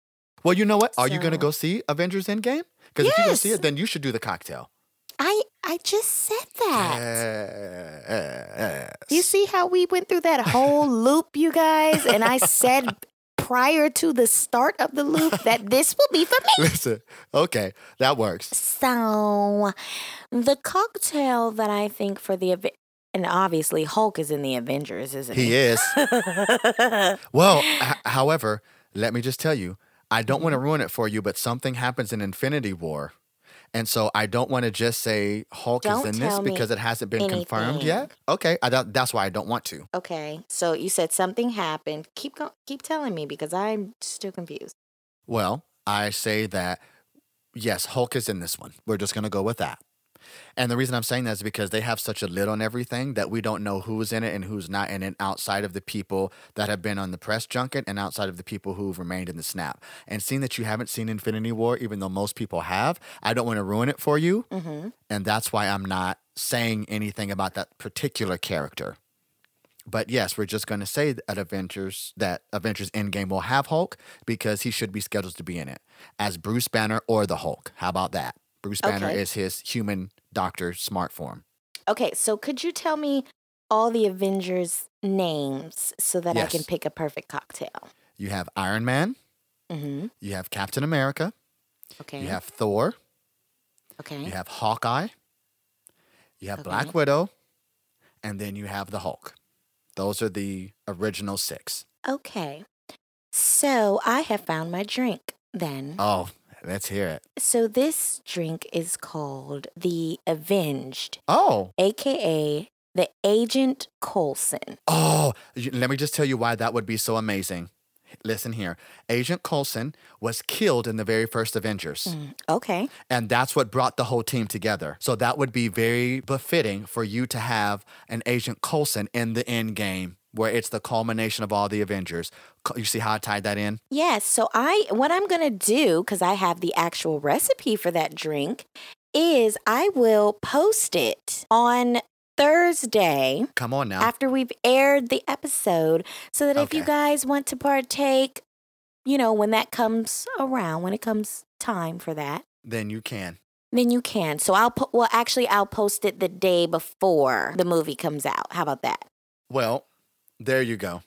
Speaker 2: Well, you know what? Are you going to
Speaker 1: So-
Speaker 2: go see Avengers Endgame? Because if you go see
Speaker 1: Yes.
Speaker 2: it, then you should do the cocktail.
Speaker 1: I, I just said that.
Speaker 2: Yes.
Speaker 1: You see how we went through that whole loop, you guys? And I said prior to the start of the loop that this will be for me.
Speaker 2: Listen, okay, that works.
Speaker 1: So, the cocktail that I think for the event, and obviously Hulk is in the Avengers, isn't
Speaker 2: He is.
Speaker 1: is.
Speaker 2: Well, h- however, let me just tell you, I don't want to ruin it for you, but something happens in Infinity War. And so I don't want to just say Hulk
Speaker 1: Don't
Speaker 2: is in this
Speaker 1: tell me
Speaker 2: because it hasn't been confirmed
Speaker 1: anything.
Speaker 2: yet. Okay, I don't, that's why I don't want to.
Speaker 1: Okay, so you said something happened. Keep go- keep telling me because I'm still confused.
Speaker 2: Well, I say that yes, Hulk is in this one. We're just going to go with that. And the reason I'm saying that is because they have such a lid on everything that we don't know who's in it and who's not in it outside of the people that have been on the press junket and outside of the people who've remained in the snap. And seeing that you haven't seen Infinity War, even though most people have, I don't want to ruin it for you.
Speaker 1: Mm-hmm.
Speaker 2: And that's why I'm not saying anything about that particular character. But yes, we're just going to say that Avengers that Avengers Endgame will have Hulk because he should be scheduled to be in it as Bruce Banner or the Hulk. How about that? Bruce Banner
Speaker 1: Okay.
Speaker 2: is his human doctor smart form.
Speaker 1: Okay, so could you tell me all the Avengers names so that I can
Speaker 2: Yes.
Speaker 1: pick a perfect cocktail?
Speaker 2: You have Iron Man,
Speaker 1: Mm-hmm.
Speaker 2: you have Captain America,
Speaker 1: Okay.
Speaker 2: you have Thor,
Speaker 1: okay.
Speaker 2: you have Hawkeye, you have Black
Speaker 1: Okay.
Speaker 2: Widow, and then you have the Hulk. Those are the original six.
Speaker 1: Okay. So I have found my drink. Then,
Speaker 2: Oh, let's hear it.
Speaker 1: so this drink is called the Avenged,
Speaker 2: Oh,
Speaker 1: aka the Agent Coulson.
Speaker 2: Oh, y- let me just tell you why that would be so amazing. Listen here. Agent Coulson was killed in the very first Avengers,
Speaker 1: Mm, Okay.
Speaker 2: and that's what brought the whole team together. So that would be very befitting for you to have an Agent Coulson in the end game where it's the culmination of all the Avengers. Co- You see how I tied that in?
Speaker 1: Yes. So I what I'm gonna do, because I have the actual recipe for that drink, is I will post it on Thursday
Speaker 2: Come on now.
Speaker 1: after we've aired the episode so that if you
Speaker 2: Okay.
Speaker 1: guys want to partake, you know, when that comes around, when it comes time for that,
Speaker 2: Then you can.
Speaker 1: then you can. So I'll po- well actually I'll post it the day before the movie comes out. How about that?
Speaker 2: Well, there you go.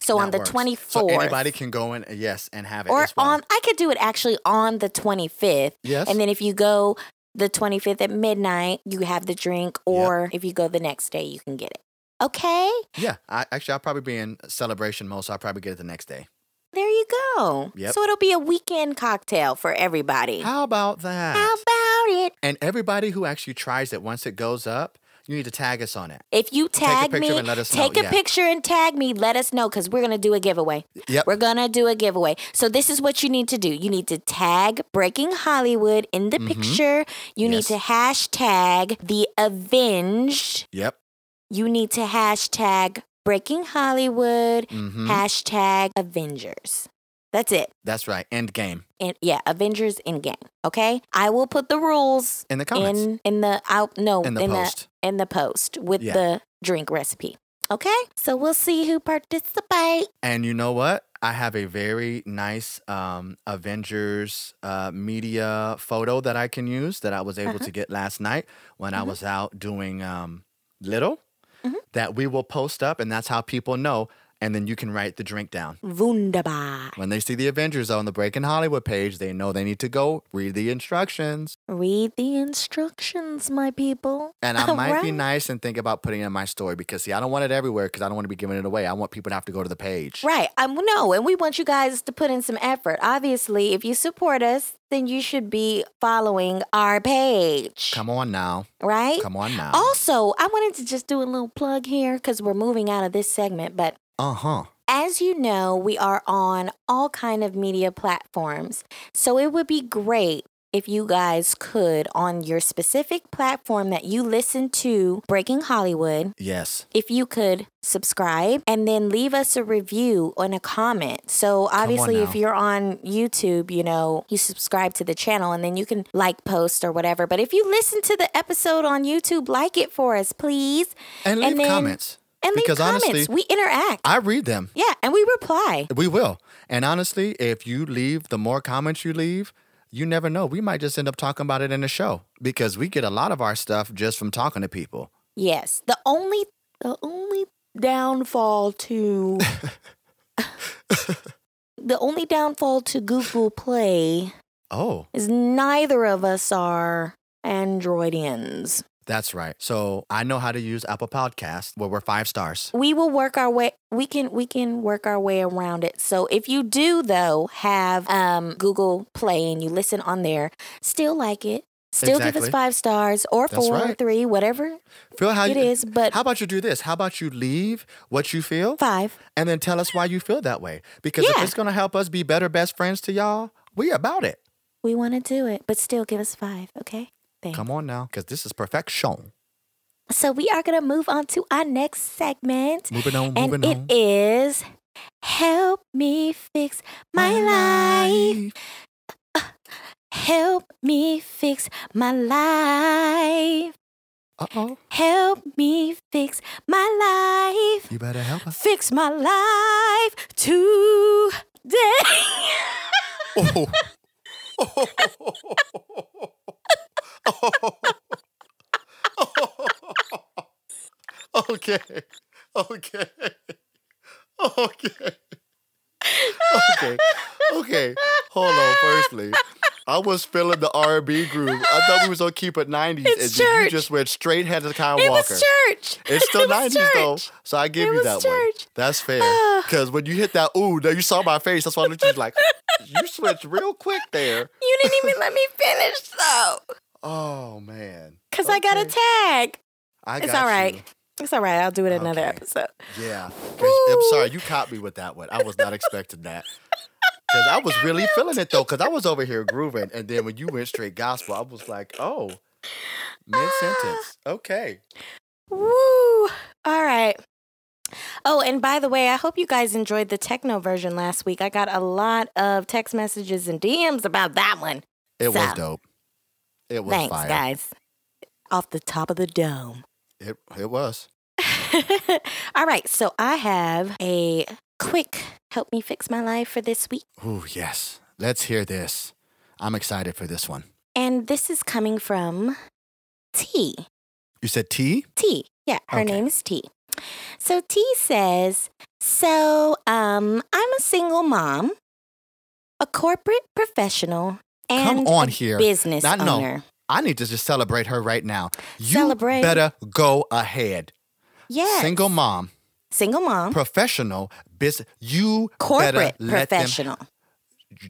Speaker 1: So on
Speaker 2: That
Speaker 1: the
Speaker 2: works.
Speaker 1: 24th.
Speaker 2: So anybody can go in, uh, yes, and have it.
Speaker 1: or
Speaker 2: as well.
Speaker 1: on I could do it actually on the 25th.
Speaker 2: Yes.
Speaker 1: And then if you go the 25th at midnight, you have the drink,
Speaker 2: Yep.
Speaker 1: or if you go the next day, you can get it. Okay.
Speaker 2: Yeah, I, actually, I'll probably be in celebration mode, so I'll probably get it the next day.
Speaker 1: There you go.
Speaker 2: Yep.
Speaker 1: So it'll be a weekend cocktail for everybody.
Speaker 2: How about that?
Speaker 1: How about it?
Speaker 2: and everybody who actually tries it, once it goes up, you need to tag us on it.
Speaker 1: If you tag
Speaker 2: picture
Speaker 1: me,
Speaker 2: and let us know,
Speaker 1: take a
Speaker 2: yeah.
Speaker 1: picture and tag me. Let us know because we're gonna do a giveaway.
Speaker 2: Yep.
Speaker 1: We're gonna do a giveaway. So this is what you need to do. You need to tag Breaking Hollywood in the
Speaker 2: Mhm.
Speaker 1: picture. You
Speaker 2: Yes.
Speaker 1: need to hashtag the Avenged.
Speaker 2: Yep.
Speaker 1: You need to hashtag Breaking Hollywood.
Speaker 2: hmm
Speaker 1: Hashtag Avengers. That's it.
Speaker 2: That's right. End game
Speaker 1: And yeah, Avengers in game. Okay. I will put the rules
Speaker 2: in the comments.
Speaker 1: in in the out no
Speaker 2: in the post.
Speaker 1: in the post with
Speaker 2: Yeah.
Speaker 1: the drink recipe. Okay, so we'll see who participate.
Speaker 2: And you know what? I have a very nice um, Avengers uh, media photo that I can use that I was able to get last night when I was out doing um, little that we will post up, and that's how people know. And then you can write the drink down.
Speaker 1: Wunderbar.
Speaker 2: When they see the Avengers on the Breaking Hollywood page, they know they need to go read the instructions.
Speaker 1: Read the instructions, my people.
Speaker 2: And I
Speaker 1: All
Speaker 2: might be
Speaker 1: Oh, right.
Speaker 2: nice and think about putting it in my story because, see, I don't want it everywhere because I don't want to be giving it away. I want people to have to go to the page.
Speaker 1: Right. Um, no, and we want you guys to put in some effort. Obviously, if you support us, then you should be following our page.
Speaker 2: Come on now.
Speaker 1: right?
Speaker 2: Come on now.
Speaker 1: Also, I wanted to just do a little plug here because we're moving out of this segment, but
Speaker 2: Uh huh.
Speaker 1: As you know, we are on all kind of media platforms. So it would be great if you guys could on your specific platform that you listen to Breaking Hollywood,
Speaker 2: Yes.
Speaker 1: if you could subscribe and then leave us a review and a comment. So obviously
Speaker 2: now.
Speaker 1: if you're on YouTube, you know, you subscribe to the channel and then you can like post or whatever. But if you listen to the episode on YouTube, like it for us, please.
Speaker 2: And leave
Speaker 1: And then-
Speaker 2: comments.
Speaker 1: And leave
Speaker 2: Because
Speaker 1: comments.
Speaker 2: honestly-
Speaker 1: we interact.
Speaker 2: I read them.
Speaker 1: yeah, and we reply.
Speaker 2: We will. And honestly, if you leave, the more comments you leave, you never know. We might just end up talking about it in the show because we get a lot of our stuff just from talking to people.
Speaker 1: Yes. The only the only downfall to the only downfall to Google Play
Speaker 2: Oh,
Speaker 1: is neither of us are Androidians.
Speaker 2: that's right. So I know how to use Apple Podcasts where we're five stars.
Speaker 1: We will work our way we can we can work our way around it. So if you do though have um Google Play and you listen on there, still like it. Still give
Speaker 2: Exactly.
Speaker 1: us five stars or
Speaker 2: That's
Speaker 1: four or
Speaker 2: right.
Speaker 1: three, whatever
Speaker 2: Feel how
Speaker 1: it
Speaker 2: you,
Speaker 1: is, but
Speaker 2: How about you do this? How about you leave what you feel
Speaker 1: five.
Speaker 2: and then tell us why you feel that way? Because
Speaker 1: Yeah.
Speaker 2: if it's going to help us be better best friends to y'all, we about it.
Speaker 1: We wanna do it, but still give us five, okay? Thanks.
Speaker 2: Come on now, because this is perfection.
Speaker 1: So we are going to move on to our next segment.
Speaker 2: Moving on,
Speaker 1: And
Speaker 2: moving
Speaker 1: it
Speaker 2: on.
Speaker 1: is Help Me Fix My, life. Help me fix my life.
Speaker 2: Uh oh.
Speaker 1: Help me fix my life.
Speaker 2: You better help us.
Speaker 1: Fix my life today.
Speaker 2: Oh. okay. Okay. Okay. Okay. Okay. Hold on. Firstly, I was feeling the R&B groove. I thought we was gonna keep it '90s,
Speaker 1: It's
Speaker 2: and you- you
Speaker 1: church.
Speaker 2: just went straight head to Kyle
Speaker 1: it was
Speaker 2: Walker.
Speaker 1: church.
Speaker 2: It's still
Speaker 1: It was
Speaker 2: nineties though,
Speaker 1: church.
Speaker 2: so I give
Speaker 1: It
Speaker 2: you
Speaker 1: was
Speaker 2: that
Speaker 1: church. Ah.
Speaker 2: one. That's fair. Because when you hit that, ooh, now you saw my face. That's why I looked at you like, you switched real quick there.
Speaker 1: You didn't even let me finish though.
Speaker 2: Oh man,
Speaker 1: Because I got a
Speaker 2: Okay.
Speaker 1: tag.
Speaker 2: I got
Speaker 1: It's all right.
Speaker 2: you.
Speaker 1: It's all right. I'll do it another
Speaker 2: Okay.
Speaker 1: episode.
Speaker 2: Yeah, 'Cause- I'm
Speaker 1: Woo.
Speaker 2: sorry you caught me with that one. I was not expecting that. Because I was really feeling it though. Because I was over here grooving, and then when you went straight gospel, I was like, oh, mid sentence.
Speaker 1: Ah.
Speaker 2: Okay.
Speaker 1: Woo! All right. Oh, and by the way, I hope you guys enjoyed the techno version last week. I got a lot of text messages and DMs about that one.
Speaker 2: It was
Speaker 1: So,
Speaker 2: dope. It was
Speaker 1: Thanks,
Speaker 2: fire.
Speaker 1: guys. Off the top of the dome.
Speaker 2: It it was.
Speaker 1: All right, so I have a quick help me fix my life for this week.
Speaker 2: Ooh yes. Let's hear this. I'm excited for this one.
Speaker 1: And this is coming from T.
Speaker 2: You said tea?
Speaker 1: T. Yeah, her
Speaker 2: Okay.
Speaker 1: name is T. So T says, "So, um, I'm a single mom, a corporate professional,
Speaker 2: Come
Speaker 1: and
Speaker 2: on
Speaker 1: a
Speaker 2: here.
Speaker 1: business
Speaker 2: Not- no.
Speaker 1: owner."
Speaker 2: I need to just celebrate her right now. You
Speaker 1: Celebrate.
Speaker 2: better go ahead.
Speaker 1: Yes.
Speaker 2: Single mom,
Speaker 1: Single mom,
Speaker 2: professional, business. You better
Speaker 1: corporate
Speaker 2: let them-
Speaker 1: professional.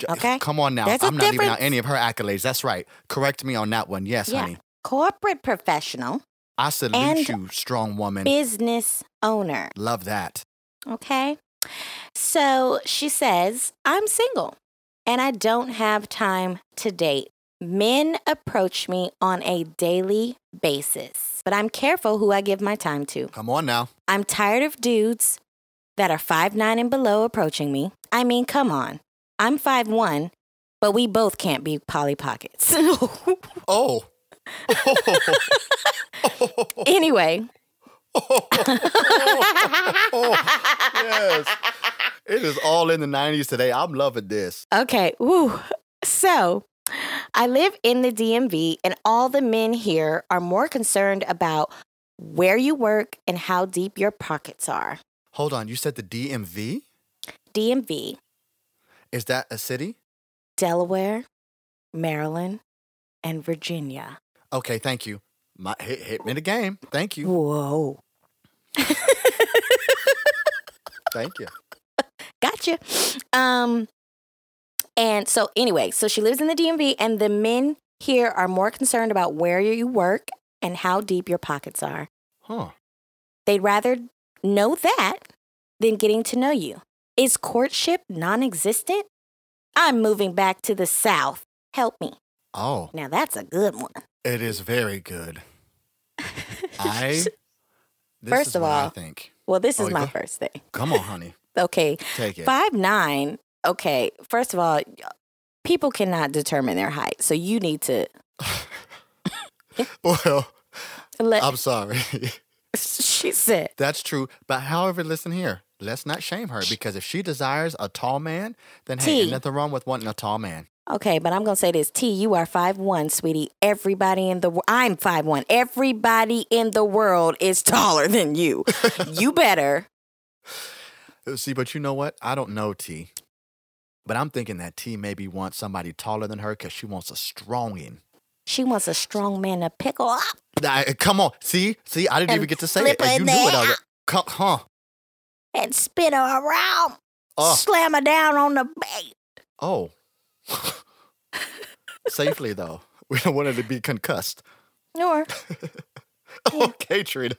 Speaker 1: Okay.
Speaker 2: Come on now.
Speaker 1: There's a
Speaker 2: I'm not leaving out
Speaker 1: difference.
Speaker 2: any of her accolades. That's right. Correct me on that one. Yes,
Speaker 1: Yeah.
Speaker 2: honey.
Speaker 1: Corporate professional,
Speaker 2: I salute
Speaker 1: And
Speaker 2: you, strong woman.
Speaker 1: business owner.
Speaker 2: Love that.
Speaker 1: Okay. So she says, I'm single and I don't have time to date. Men approach me on a daily basis, but I'm careful who I give my time to.
Speaker 2: Come on now.
Speaker 1: I'm tired of dudes that are 5'9 and below approaching me. I mean, come on. I'm 5'1, but we both can't be Polly Pockets.
Speaker 2: Oh.
Speaker 1: anyway.
Speaker 2: yes. It is all in the 90s today. I'm loving this.
Speaker 1: Okay, woo. So, I live in the DMV, and all the men here are more concerned about where you work and how deep your pockets are.
Speaker 2: Hold on. You said the DMV?
Speaker 1: DMV,
Speaker 2: Is that a city?
Speaker 1: Delaware, Maryland, and Virginia.
Speaker 2: Okay, thank you. My, hit, hit me the game. Thank you.
Speaker 1: Whoa,
Speaker 2: Thank you.
Speaker 1: gotcha. Um, and so anyway, so she lives in the DMV, and the men here are more concerned about where you work and how deep your pockets are.
Speaker 2: Huh.
Speaker 1: They'd rather know that than getting to know you. Is courtship non existent? I'm moving back to the South. Help me.
Speaker 2: Oh,
Speaker 1: Now that's a good one.
Speaker 2: it is very good. I. This
Speaker 1: First
Speaker 2: is
Speaker 1: of
Speaker 2: what I
Speaker 1: all-
Speaker 2: think.
Speaker 1: Well, this
Speaker 2: Oh,
Speaker 1: is
Speaker 2: you
Speaker 1: my
Speaker 2: go.
Speaker 1: first thing.
Speaker 2: Come on, honey.
Speaker 1: Okay.
Speaker 2: Take it.
Speaker 1: Five nine. Okay. First of all, people cannot determine their height. So you need to
Speaker 2: Well,
Speaker 1: let
Speaker 2: I'm sorry.
Speaker 1: she said.
Speaker 2: That's true. But however, listen here. Let's not shame her because if she desires a tall man, then hey, ain't
Speaker 1: T.
Speaker 2: nothing wrong with wanting a tall man.
Speaker 1: Okay, but I'm gonna say this. T, you are five one, sweetie. Everybody in the world I'm five one. Everybody in the world is taller than you. you better
Speaker 2: Uh, See, but you know what? I don't know T. But I'm thinking that T maybe wants somebody taller than her because she wants a strongin.
Speaker 1: She wants a strong man to pickle up.
Speaker 2: Nah, uh, come on. See? See, I didn't
Speaker 1: And
Speaker 2: even get to say
Speaker 1: flip
Speaker 2: it. And
Speaker 1: her
Speaker 2: you knew it
Speaker 1: there.
Speaker 2: already. Come, huh?
Speaker 1: and spin her around,
Speaker 2: Oh.
Speaker 1: slam her down on the bed.
Speaker 2: Oh. Safely, though. We don't want her to be concussed.
Speaker 1: Or
Speaker 2: Okay, Trina.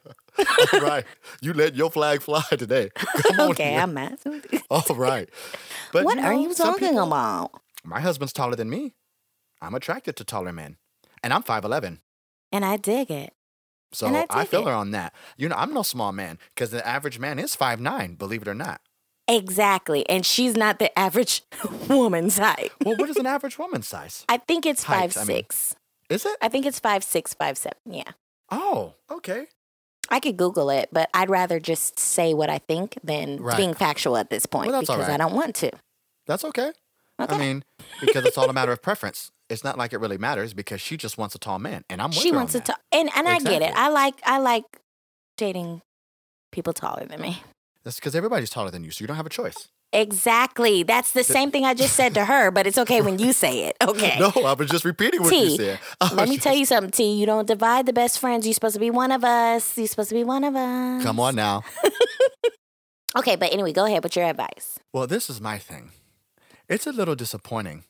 Speaker 2: All right. You let your flag fly today. Come on
Speaker 1: okay,
Speaker 2: here.
Speaker 1: I'm not.
Speaker 2: All right. Oh, But
Speaker 1: What are
Speaker 2: know,
Speaker 1: you
Speaker 2: some
Speaker 1: talking
Speaker 2: people-
Speaker 1: about?
Speaker 2: My husband's taller than me. I'm attracted to taller men. And I'm 5'11.
Speaker 1: And I dig it.
Speaker 2: So
Speaker 1: And I
Speaker 2: I,
Speaker 1: dig
Speaker 2: feel
Speaker 1: it.
Speaker 2: her on that. You know, I'm no small man because the average man is 5'9, believe it or not.
Speaker 1: Exactly. And she's not the average woman's height.
Speaker 2: Well, what is an average woman's size?
Speaker 1: I think it's five
Speaker 2: Height, I mean.
Speaker 1: six.
Speaker 2: Is it?
Speaker 1: I think it's five six, five seven. Yeah.
Speaker 2: Oh, okay.
Speaker 1: I could Google it, but I'd rather just say what I think than
Speaker 2: Right.
Speaker 1: being factual at this point
Speaker 2: Well, that's all
Speaker 1: because I
Speaker 2: right.
Speaker 1: don't want to.
Speaker 2: That's okay.
Speaker 1: Okay.
Speaker 2: I mean, because it's all a matter of preference. It's not like it really matters because she just wants a tall man, and I'm with
Speaker 1: she
Speaker 2: her
Speaker 1: wants
Speaker 2: on
Speaker 1: to
Speaker 2: that.
Speaker 1: talk and and I get it.
Speaker 2: Exactly.
Speaker 1: I like I like dating people taller than me.
Speaker 2: That's because everybody's taller than you, so you don't have a choice.
Speaker 1: Exactly. That's the same thing I just said to her, but it's okay when you say it. Okay.
Speaker 2: No, I was just repeating what you
Speaker 1: Eh. T,
Speaker 2: said. I
Speaker 1: Let
Speaker 2: was
Speaker 1: me tell you something, T. You don't divide the best friends. You're supposed to be one of us. You're supposed to be one of us.
Speaker 2: just- Come on now.
Speaker 1: Okay, but anyway, go ahead with your advice.
Speaker 2: Well, this is my thing. It's a little disappointing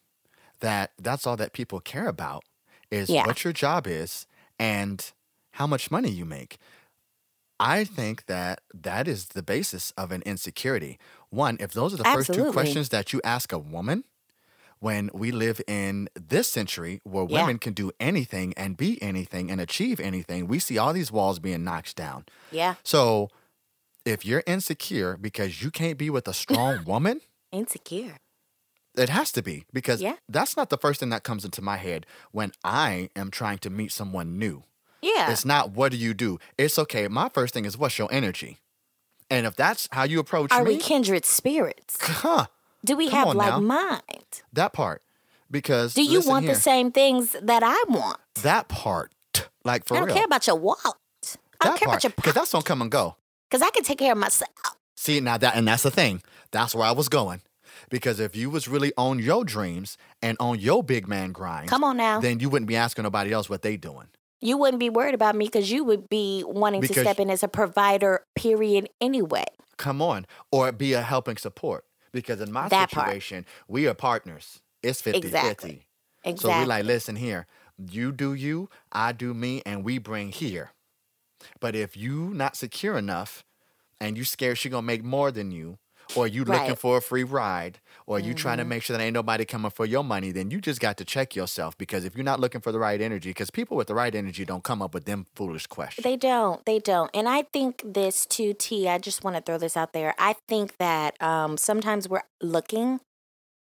Speaker 2: that that's all that people care about is
Speaker 1: Yeah.
Speaker 2: what your job is and how much money you make. I think that that is the basis of an insecurity. One, if those are the first two
Speaker 1: Absolutely.
Speaker 2: questions that you ask a woman, when we live in this century where
Speaker 1: Yeah.
Speaker 2: women can do anything and be anything and achieve anything, we see all these walls being knocked down.
Speaker 1: Yeah.
Speaker 2: So, if you're insecure because you can't be with a strong woman,
Speaker 1: Insecure.
Speaker 2: it has to be because
Speaker 1: Yeah.
Speaker 2: that's not the first thing that comes into my head when I am trying to meet someone new.
Speaker 1: Yeah.
Speaker 2: It's not what do you do? It's okay. My first thing is what's your energy? And if that's how you approach
Speaker 1: Are
Speaker 2: me,
Speaker 1: we kindred spirits?
Speaker 2: huh,
Speaker 1: Do we
Speaker 2: Come
Speaker 1: have
Speaker 2: on
Speaker 1: like
Speaker 2: now.
Speaker 1: mind?
Speaker 2: that part. Because
Speaker 1: Do you
Speaker 2: listen
Speaker 1: want
Speaker 2: here,
Speaker 1: the same things that I want?
Speaker 2: that part? Like for
Speaker 1: I don't
Speaker 2: real.
Speaker 1: care about your wallet. I don't
Speaker 2: that
Speaker 1: care
Speaker 2: part.
Speaker 1: about your
Speaker 2: Because that's gonna come and go.
Speaker 1: because I can take care of myself.
Speaker 2: See now that and that's the thing. That's where I was going. Because if you was really on your dreams and on your big man grind,
Speaker 1: Come on now.
Speaker 2: then you wouldn't be asking nobody else what they doing.
Speaker 1: You wouldn't be worried about me because you would be wanting to
Speaker 2: Because-
Speaker 1: step in as a provider, period, anyway.
Speaker 2: Come on. Or be a helping support. Because in my
Speaker 1: That part.
Speaker 2: situation, we are partners. It's 50
Speaker 1: Exactly.
Speaker 2: 50. So
Speaker 1: Exactly.
Speaker 2: we like, listen here, you do you, I do me, and we bring here. But if you not secure enough and you scared she gonna make more than you, or you looking
Speaker 1: Right. Mm-hmm.
Speaker 2: for a free ride, or you trying to make sure that ain't nobody coming for your money, then you just got to check yourself because if you're not looking for the right energy, because people with the right energy don't come up with them foolish questions.
Speaker 1: They don't. They don't. And I think this too, T. I just want to throw this out there. I think that um, sometimes we're looking,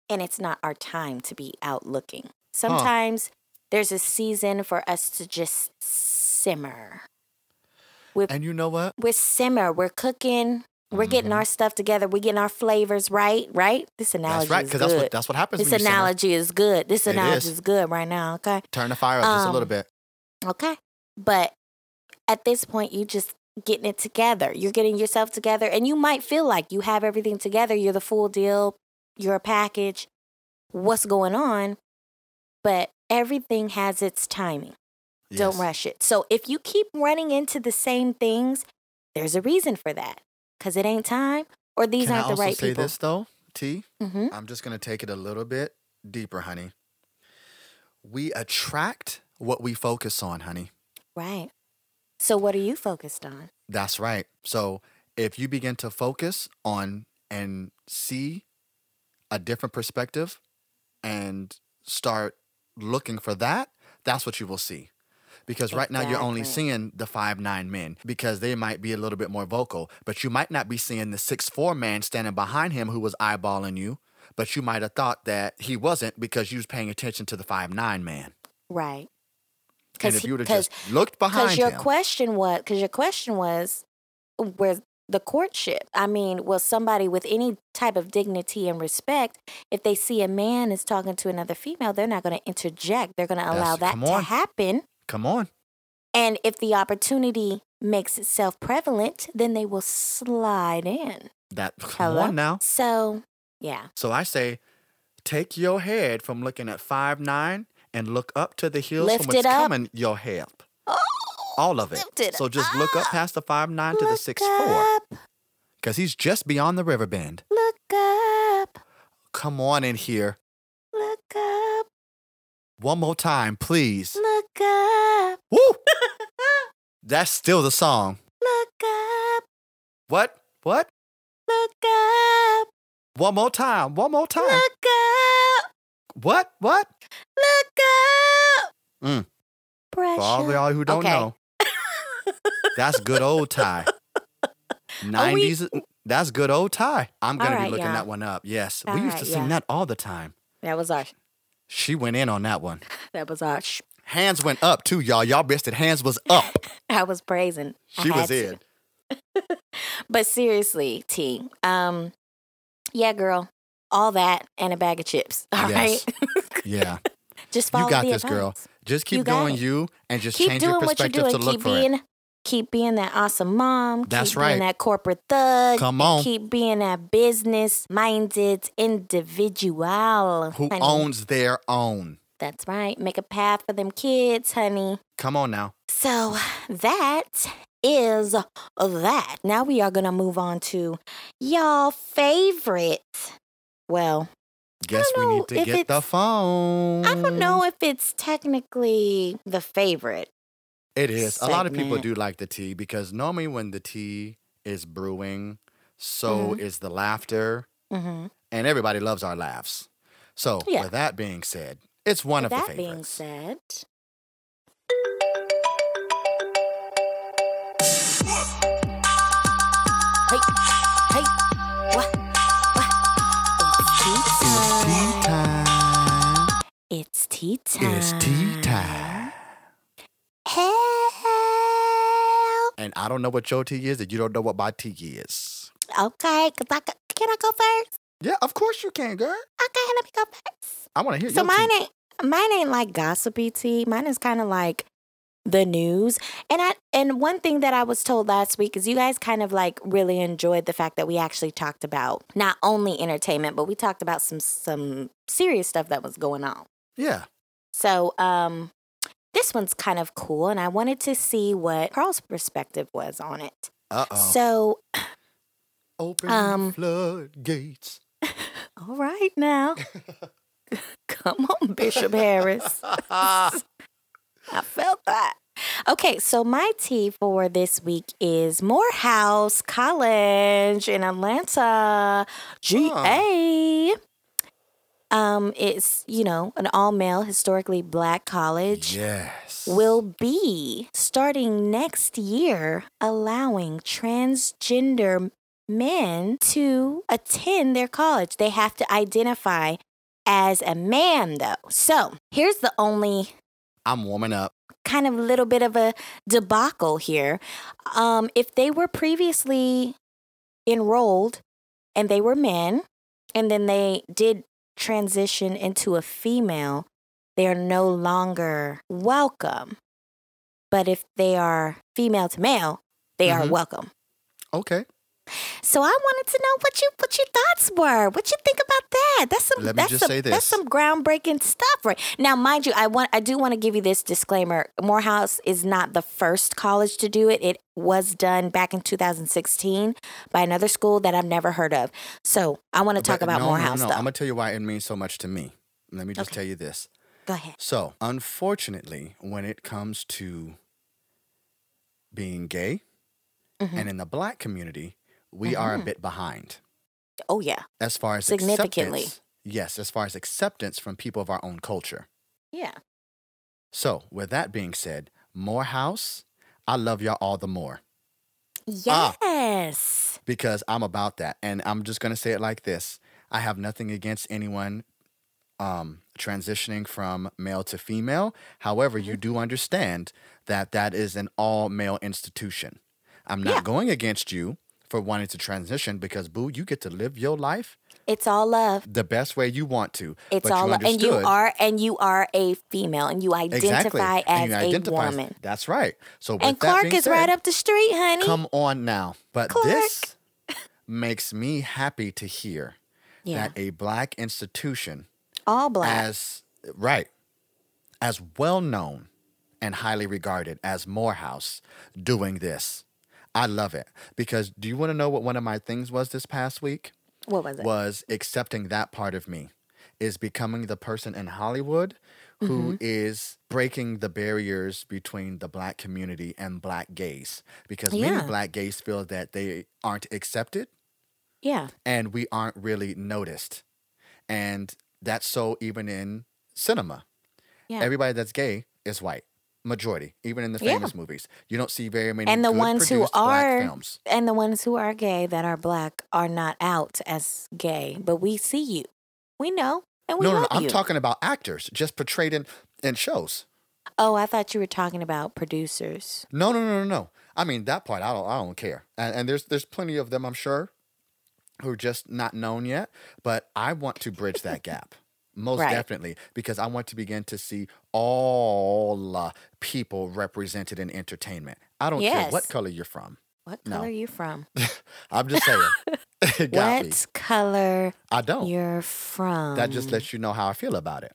Speaker 1: and it's not our time to be out looking. Sometimes there's a season for us to just simmer.
Speaker 2: and you know what?
Speaker 1: We're simmer. We're cooking. We're getting our stuff together. We're getting our flavors right. Right. This analogy
Speaker 2: That's right,
Speaker 1: is
Speaker 2: because
Speaker 1: good.
Speaker 2: that's what that's what happens.
Speaker 1: this
Speaker 2: when you simmer.
Speaker 1: analogy is good. This
Speaker 2: It
Speaker 1: analogy
Speaker 2: is.
Speaker 1: is good right now. Okay.
Speaker 2: turn the fire up just a little
Speaker 1: Um,
Speaker 2: bit.
Speaker 1: Okay. But at this point, you just getting it together. You're getting yourself together, and you might feel like you have everything together. You're the full deal, you're a package. What's going on? But everything has its timing. Don't
Speaker 2: Yes.
Speaker 1: rush it. So if you keep running into the same things, there's a reason for that because it ain't time or these
Speaker 2: Can I
Speaker 1: aren't the
Speaker 2: also
Speaker 1: right
Speaker 2: say
Speaker 1: people.
Speaker 2: this though, T?
Speaker 1: hmm
Speaker 2: I'm just going to take it a little bit deeper, honey. We attract what we focus on, honey.
Speaker 1: Right. So what are you focused on?
Speaker 2: That's right. So if you begin to focus on and see a different perspective and start looking for that, that's what you will see. Because right now you're only
Speaker 1: Exactly.
Speaker 2: seeing the five nine men because they might be a little bit more vocal, but you might not be seeing the six four man standing behind him who was eyeballing you, but you might have thought that he wasn't because you was paying attention to the five nine man.
Speaker 1: Right.
Speaker 2: And
Speaker 1: Because
Speaker 2: if you would have just looked
Speaker 1: Because
Speaker 2: behind
Speaker 1: your
Speaker 2: him,
Speaker 1: question was, because your question was, where the courtship? I mean, will somebody with any type of dignity and respect, if they see a man is talking to another female, they're not going to interject. They're going to allow
Speaker 2: That's-
Speaker 1: that
Speaker 2: come
Speaker 1: to
Speaker 2: on.
Speaker 1: happen.
Speaker 2: come on,
Speaker 1: And if the opportunity makes itself prevalent, then they will slide in.
Speaker 2: that come
Speaker 1: Hello?
Speaker 2: on now.
Speaker 1: So, yeah,
Speaker 2: So I say, take your head from looking at five nine and look up to the hills
Speaker 1: Lift
Speaker 2: from which
Speaker 1: it up.
Speaker 2: coming your help. All of it.
Speaker 1: Lift it
Speaker 2: so just look up
Speaker 1: up.
Speaker 2: past the five nine to the
Speaker 1: look
Speaker 2: six four.
Speaker 1: up,
Speaker 2: Because he's just beyond the river bend.
Speaker 1: look up,
Speaker 2: Come on in here.
Speaker 1: look up,
Speaker 2: One more time, please.
Speaker 1: look up,
Speaker 2: Woo! That's still the song.
Speaker 1: look up,
Speaker 2: What? What?
Speaker 1: look up.
Speaker 2: One more time. One more time.
Speaker 1: Look up!
Speaker 2: What? What?
Speaker 1: Look up!
Speaker 2: Mm.
Speaker 1: Pressure.
Speaker 2: For all y'all who don't
Speaker 1: Okay.
Speaker 2: know, that's good old Ty.
Speaker 1: Are we-
Speaker 2: 90s. That's good old Ty. I'm going
Speaker 1: All
Speaker 2: to
Speaker 1: right,
Speaker 2: be looking
Speaker 1: yeah.
Speaker 2: that one up. Yes.
Speaker 1: All
Speaker 2: we used
Speaker 1: right,
Speaker 2: to sing
Speaker 1: yeah.
Speaker 2: that all the time.
Speaker 1: That was our.
Speaker 2: She went in on that one.
Speaker 1: That was our. Sh-
Speaker 2: Hands went up too, y'all. Y'all bested hands was up.
Speaker 1: I was praising. I
Speaker 2: She was
Speaker 1: had to.
Speaker 2: in.
Speaker 1: But seriously, T. Um, yeah, girl. All that and a bag of chips. All right.
Speaker 2: Yes. Yeah.
Speaker 1: Just follow
Speaker 2: got
Speaker 1: the
Speaker 2: this, girl.
Speaker 1: advice.
Speaker 2: Just keep
Speaker 1: You got
Speaker 2: doing
Speaker 1: it.
Speaker 2: you and just
Speaker 1: Keep
Speaker 2: change
Speaker 1: doing
Speaker 2: your
Speaker 1: what you're
Speaker 2: perspective
Speaker 1: doing.
Speaker 2: to look
Speaker 1: Keep
Speaker 2: for
Speaker 1: being.
Speaker 2: it.
Speaker 1: Keep being that awesome mom.
Speaker 2: That's
Speaker 1: keep
Speaker 2: right.
Speaker 1: Being that corporate thug.
Speaker 2: Come on.
Speaker 1: Keep being that business-minded individual.
Speaker 2: Who
Speaker 1: honey.
Speaker 2: owns their own.
Speaker 1: That's right. Make a path for them kids, honey.
Speaker 2: Come on now.
Speaker 1: So that is that. Now we are going to move on to y'all favorite. Well,
Speaker 2: Guess we
Speaker 1: know
Speaker 2: need to
Speaker 1: if
Speaker 2: get the
Speaker 1: it's-
Speaker 2: phone.
Speaker 1: I don't know if it's technically the favorite.
Speaker 2: It is. A lot of people
Speaker 1: segment.
Speaker 2: do like the tea because normally when the tea is brewing, so is the laughter,
Speaker 1: Mm-hmm.
Speaker 2: and everybody loves our laughs. So,
Speaker 1: Yeah.
Speaker 2: with that being said, it's one
Speaker 1: With
Speaker 2: of
Speaker 1: that
Speaker 2: the
Speaker 1: being
Speaker 2: favorites.
Speaker 1: said, hey, hey, what, what? It's
Speaker 2: Tea
Speaker 1: tea time.
Speaker 2: time.
Speaker 1: It's tea time.
Speaker 2: It's tea time.
Speaker 1: Help.
Speaker 2: And I don't know what your tea is, and you don't know what my tea is.
Speaker 1: Okay, 'cause I go- can I go first?
Speaker 2: Yeah, of course you can, girl.
Speaker 1: Okay, let me go first.
Speaker 2: I want to hear
Speaker 1: so
Speaker 2: your
Speaker 1: mine
Speaker 2: tea.
Speaker 1: ain't mine ain't like gossipy tea. Mine is kind of like the news. And I and one thing that I was told last week is you guys kind of like really enjoyed the fact that we actually talked about not only entertainment, but we talked about some some serious stuff that was going on.
Speaker 2: Yeah.
Speaker 1: So um this one's kind of cool, and I wanted to see what Carl's perspective was on it.
Speaker 2: Uh oh.
Speaker 1: So,
Speaker 2: Open
Speaker 1: um,
Speaker 2: floodgates.
Speaker 1: all right now. Come on, Bishop Harris. I felt that. Okay, so my tea for this week is Morehouse College in Atlanta, GA. Um, it's you know an all-male, historically black college
Speaker 2: yes.
Speaker 1: will be starting next year allowing transgender men to attend their college. They have to identify as a man though. So, here's the only
Speaker 2: I'm warming up.
Speaker 1: kind of little bit of a debacle here. Um, if they were previously enrolled and they were men, and then they did transition into a female, they are no longer welcome. But if they are female to male, they are
Speaker 2: Mhm.
Speaker 1: welcome.
Speaker 2: Okay.
Speaker 1: So I wanted to know what you what your thoughts were. What you think about that? That's some
Speaker 2: Let me
Speaker 1: that's
Speaker 2: just
Speaker 1: some,
Speaker 2: say
Speaker 1: that's
Speaker 2: this.
Speaker 1: some groundbreaking stuff right. Now mind you, I want I do want to give you this disclaimer. Morehouse is not the first college to do it. It was done back in 2016 by another school that I've never heard of. So, I want to talk
Speaker 2: But
Speaker 1: about
Speaker 2: no,
Speaker 1: Morehouse
Speaker 2: No, no,
Speaker 1: though.
Speaker 2: I'm gonna tell you why it means so much to me. Let me just
Speaker 1: Okay.
Speaker 2: tell you this.
Speaker 1: Go ahead.
Speaker 2: So, unfortunately, when it comes to being gay
Speaker 1: Mhm.
Speaker 2: and in the black community, we are a
Speaker 1: Mm-hmm.
Speaker 2: bit behind
Speaker 1: Oh yeah.
Speaker 2: as far as
Speaker 1: Significantly.
Speaker 2: acceptance- Yes, as far as acceptance from people of our own culture.
Speaker 1: Yeah.
Speaker 2: So, with that being said, Morehouse, I love y'all all the more Ah.
Speaker 1: Yes.
Speaker 2: because I'm about that. And I'm just going to say it like this I have nothing against anyone um, transitioning from male to female. However,
Speaker 1: Mm-hmm.
Speaker 2: you do understand that that is an all male institution. I'm not
Speaker 1: Yeah.
Speaker 2: going against you for wanting to transition because, boo, you get to live your life
Speaker 1: It's all love.
Speaker 2: the best way you want to.
Speaker 1: It's
Speaker 2: but
Speaker 1: all
Speaker 2: you
Speaker 1: love. And you
Speaker 2: understood-
Speaker 1: are and you are a female and you
Speaker 2: Exactly.
Speaker 1: identify
Speaker 2: and you
Speaker 1: as a
Speaker 2: identify as-
Speaker 1: woman.
Speaker 2: That's right. So with
Speaker 1: And
Speaker 2: that
Speaker 1: Clark
Speaker 2: being
Speaker 1: is right
Speaker 2: said,
Speaker 1: up the street, honey.
Speaker 2: Come on now. But
Speaker 1: Clark.
Speaker 2: this makes me happy to hear
Speaker 1: yeah.
Speaker 2: that a black institution
Speaker 1: All black.
Speaker 2: as right as well known and highly regarded as Morehouse doing this. I love it because do you want to know what one of my things was this past week?
Speaker 1: what was it?
Speaker 2: was accepting that part of me is becoming the person in Hollywood who
Speaker 1: Mm-hmm.
Speaker 2: is breaking the barriers between the black community and black gays because
Speaker 1: Yeah.
Speaker 2: many black gays feel that they aren't accepted
Speaker 1: yeah.
Speaker 2: and we aren't really noticed. And that's so even in cinema.
Speaker 1: Yeah.
Speaker 2: Everybody that's gay is white. Majority, even in the
Speaker 1: Yeah.
Speaker 2: famous movies, you don't see very many.
Speaker 1: And the
Speaker 2: good
Speaker 1: ones who
Speaker 2: produced black
Speaker 1: are-
Speaker 2: films.
Speaker 1: And the ones who are gay that are black are not out as gay, but we see you. We know. And we
Speaker 2: No, no, no,
Speaker 1: love
Speaker 2: I'm
Speaker 1: you.
Speaker 2: talking about actors just portrayed in, in shows.
Speaker 1: oh, I thought you were talking about producers.
Speaker 2: No, no, no, no, no. I mean that part. I don't. I don't care. And, and there's there's plenty of them. I'm sure, who are just not known yet. But I want to bridge that gap, most
Speaker 1: Right.
Speaker 2: definitely, because I want to begin to see all uh, people represented in entertainment. I don't care
Speaker 1: Yes.
Speaker 2: what color you're from.
Speaker 1: What
Speaker 2: No.
Speaker 1: color are you from?
Speaker 2: I'm just saying. It got me.
Speaker 1: What color
Speaker 2: I don't.
Speaker 1: you're from?
Speaker 2: that just lets you know how I feel about it.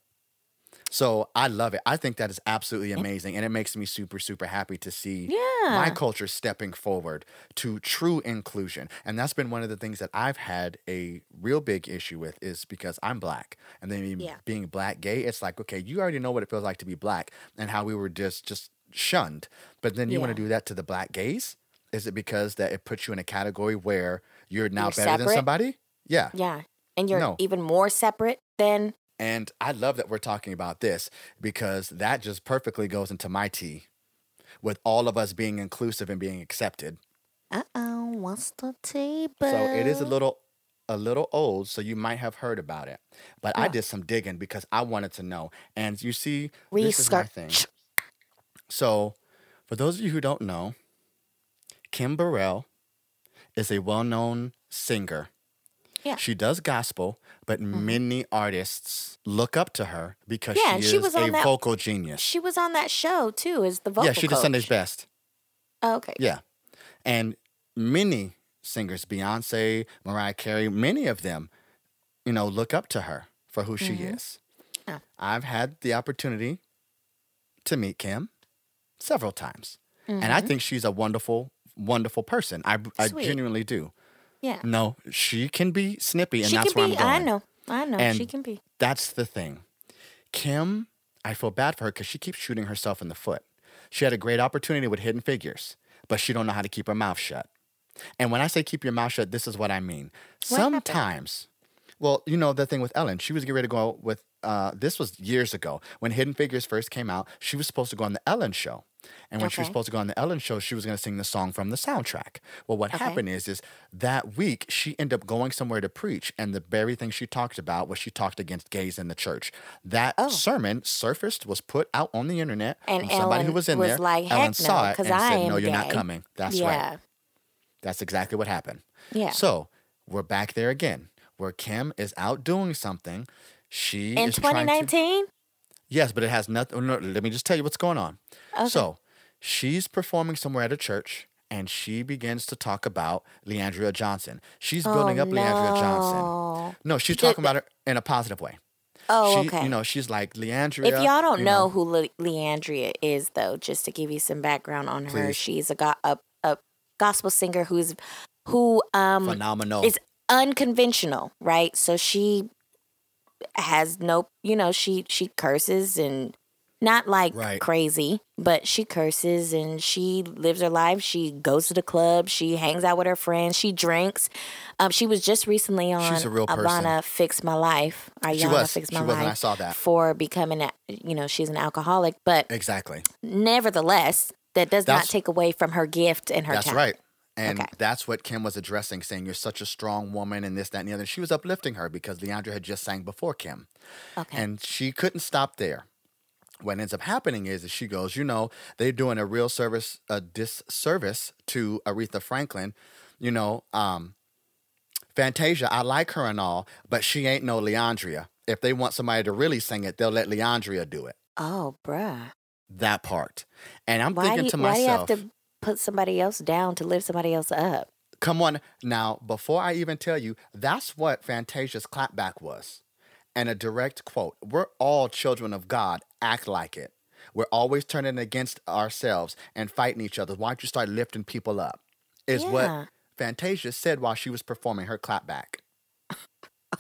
Speaker 2: So I love it. I think that is absolutely amazing, and it makes me super, super happy to see my
Speaker 1: Yeah.
Speaker 2: culture stepping forward to true inclusion. And that's been one of the things that I've had a real big issue with is because I'm black, and then being-
Speaker 1: Yeah.
Speaker 2: being black gay, it's like okay, you already know what it feels like to be black and how we were just just shunned, but then you want to
Speaker 1: Yeah.
Speaker 2: do that to the black gays? Is it because that it puts you in a category where you're now
Speaker 1: You're
Speaker 2: better than
Speaker 1: separate?
Speaker 2: somebody? Yeah.
Speaker 1: Yeah. And you're
Speaker 2: No.
Speaker 1: even more separate than
Speaker 2: And I love that we're talking about this because that just perfectly goes into my tea with all of us being inclusive and being accepted.
Speaker 1: uh oh, what's the table?
Speaker 2: So it is a little a little old, so you might have heard about it. But I did some digging because I wanted to know. And you see, this is my thing.
Speaker 1: Research.
Speaker 2: So for those of you who don't know, Kim Burrell is a well-known singer.
Speaker 1: Yeah. Mm-hmm.
Speaker 2: She does gospel, but many artists look up to her because
Speaker 1: Yeah,
Speaker 2: she
Speaker 1: and
Speaker 2: is
Speaker 1: she was
Speaker 2: a
Speaker 1: on that-
Speaker 2: vocal genius.
Speaker 1: She was on that show too, is the vocal
Speaker 2: yeah, she did
Speaker 1: coach.
Speaker 2: Sunday's best.
Speaker 1: Oh, okay.
Speaker 2: Yeah. And many singers, Beyonce, Mariah Carey, many of them, you know, look up to her for who she is.
Speaker 1: Mm-hmm. Yeah.
Speaker 2: I've had the opportunity to meet Kim several times. And I think she's a wonderful, wonderful person. I, I
Speaker 1: Mm-hmm. Sweet.
Speaker 2: genuinely do.
Speaker 1: Yeah.
Speaker 2: No, she can be snippy, and
Speaker 1: she
Speaker 2: that's
Speaker 1: can
Speaker 2: where
Speaker 1: be.
Speaker 2: I'm going.
Speaker 1: I know. I know. she
Speaker 2: And-
Speaker 1: can be.
Speaker 2: That's the thing. Kim, I feel bad for her because she keeps shooting herself in the foot. She had a great opportunity with Hidden Figures, but she don't know how to keep her mouth shut. And when I say keep your mouth shut, this is what I mean.
Speaker 1: happened?
Speaker 2: Sometimes, well, you know the thing with Ellen, she was getting ready to go with. Uh, this was years ago when Hidden Figures first came out. She was supposed to go on the Ellen show, and when she was
Speaker 1: Okay.
Speaker 2: supposed to go on the Ellen show, she was going to sing the song from the soundtrack. Well, what
Speaker 1: Okay.
Speaker 2: happened is, is that week she ended up going somewhere to preach, and the very thing she talked about was she talked against gays in the church. That
Speaker 1: Oh.
Speaker 2: sermon surfaced, was put out on the internet,
Speaker 1: And
Speaker 2: somebody who
Speaker 1: Ellen
Speaker 2: was in
Speaker 1: was
Speaker 2: there,
Speaker 1: like, heck
Speaker 2: Ellen
Speaker 1: no,
Speaker 2: saw it
Speaker 1: 'cause
Speaker 2: and
Speaker 1: I
Speaker 2: said,
Speaker 1: am
Speaker 2: "No, you're not
Speaker 1: gay."
Speaker 2: coming." That's
Speaker 1: yeah.
Speaker 2: right. That's exactly what happened.
Speaker 1: Yeah.
Speaker 2: So we're back there again, where Kim is out doing something. She
Speaker 1: In
Speaker 2: is trying to-
Speaker 1: 2019.
Speaker 2: Yes, but it has nothing. No, let me just tell you what's going on. So she's performing somewhere at a church and she begins to talk about Leandria Johnson. She's building
Speaker 1: oh,
Speaker 2: up
Speaker 1: no.
Speaker 2: Leandria Johnson. No, she's talking about her in a positive way.
Speaker 1: Oh,
Speaker 2: she,
Speaker 1: okay.
Speaker 2: You know, she's like, Leandria.
Speaker 1: if y'all don't
Speaker 2: you
Speaker 1: know, who Le- Leandria is, though, just to give you some background on her,
Speaker 2: Please.
Speaker 1: she's a, go- a, a gospel singer who's who um
Speaker 2: phenomenal.
Speaker 1: is unconventional, right? So she has no, you know, she she curses and not like
Speaker 2: Right.
Speaker 1: crazy, but she curses and she lives her life. She goes to the club, she hangs out with her friends, she drinks. Um, she was just recently on
Speaker 2: She's a real person.
Speaker 1: Ivana Fix My Life. Ayana
Speaker 2: she was.
Speaker 1: Fix
Speaker 2: She
Speaker 1: My
Speaker 2: was,
Speaker 1: Life
Speaker 2: and I saw that.
Speaker 1: for becoming, a, you know, she's an alcoholic, but
Speaker 2: Exactly.
Speaker 1: nevertheless, that does not
Speaker 2: That's-
Speaker 1: take away from her gift and her
Speaker 2: That's
Speaker 1: talent.
Speaker 2: right. And
Speaker 1: Okay.
Speaker 2: that's what Kim was addressing, saying, You're such a strong woman, and this, that, and the other. She was uplifting her because Leandra had just sang before Kim.
Speaker 1: Okay.
Speaker 2: And she couldn't stop there. What ends up happening is that she goes, you know, they're doing a real service, a disservice to Aretha Franklin. You know, um, Fantasia, I like her and all, but she ain't no Leandria. If they want somebody to really sing it, they'll let Leandria do it.
Speaker 1: oh, bruh.
Speaker 2: That part. And I'm
Speaker 1: Why do,
Speaker 2: thinking
Speaker 1: you,
Speaker 2: to
Speaker 1: why do you have
Speaker 2: myself,
Speaker 1: to put somebody else down to lift somebody else up?
Speaker 2: come on. Now, before I even tell you, that's what Fantasia's clapback was. And a direct quote We're all children of God, act like it. We're always turning against ourselves and fighting each other. Why don't you start lifting people up? Is
Speaker 1: Yeah.
Speaker 2: what Fantasia said while she was performing her clapback.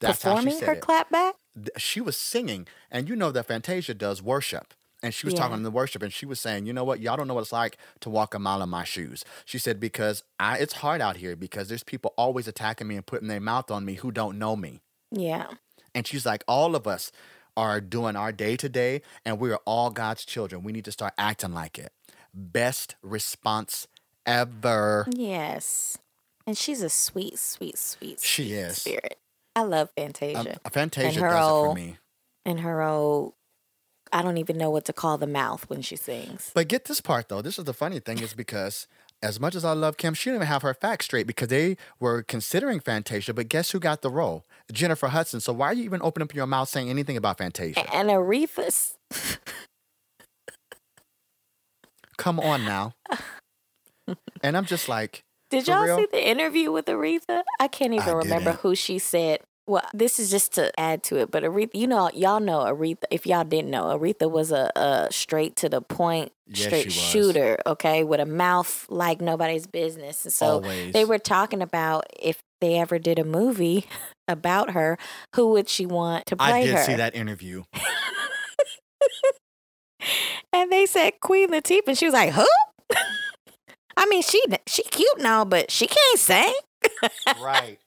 Speaker 2: That's how she
Speaker 1: Performing
Speaker 2: said
Speaker 1: her
Speaker 2: it
Speaker 1: clapback?
Speaker 2: th- she was singing, and you know that Fantasia does worship. And she was
Speaker 1: Yeah.
Speaker 2: talking in the worship, and she was saying, "You know what? Y'all don't know what it's like to walk a mile in my shoes." She said, "Because I, it's hard out here because there's people always attacking me and putting their mouth on me who don't know me."
Speaker 1: Yeah.
Speaker 2: And she's like, "All of us are doing our day to day, and we are all God's children. We need to start acting like it." Best response ever.
Speaker 1: Yes. And she's a sweet, sweet, sweet,
Speaker 2: She
Speaker 1: sweet
Speaker 2: is.
Speaker 1: spirit. I love Fantasia.
Speaker 2: Um, Fantasia
Speaker 1: her
Speaker 2: does it for
Speaker 1: old-
Speaker 2: me.
Speaker 1: and her old, I don't even know what to call the mouth when she sings.
Speaker 2: But get this part though. This is the funny thing is because as much as I love Kim, she didn't even have her facts straight because they were considering Fantasia. But guess who got the role? Jennifer Hudson. So why are you even opening up your mouth saying anything about Fantasia?
Speaker 1: And Aretha's,
Speaker 2: Come on now. and I'm just like,
Speaker 1: did
Speaker 2: For
Speaker 1: y'all
Speaker 2: real?
Speaker 1: see the interview with Aretha? I can't even
Speaker 2: I
Speaker 1: remember
Speaker 2: didn't.
Speaker 1: who she said. Well, this is just to add to it, but Aretha, you know, y'all know Aretha. If y'all didn't know, Aretha was a, a straight to the point,
Speaker 2: Yes, she
Speaker 1: straight
Speaker 2: was.
Speaker 1: shooter, okay, with a mouth like nobody's business. And so,
Speaker 2: always.
Speaker 1: They were talking about if they ever did a movie about her, who would she want to play
Speaker 2: I did
Speaker 1: her?
Speaker 2: see that interview.
Speaker 1: And they said Queen Latifah, and she was like, "Who?" I mean, she she cute and all, but she can't sing.
Speaker 2: right.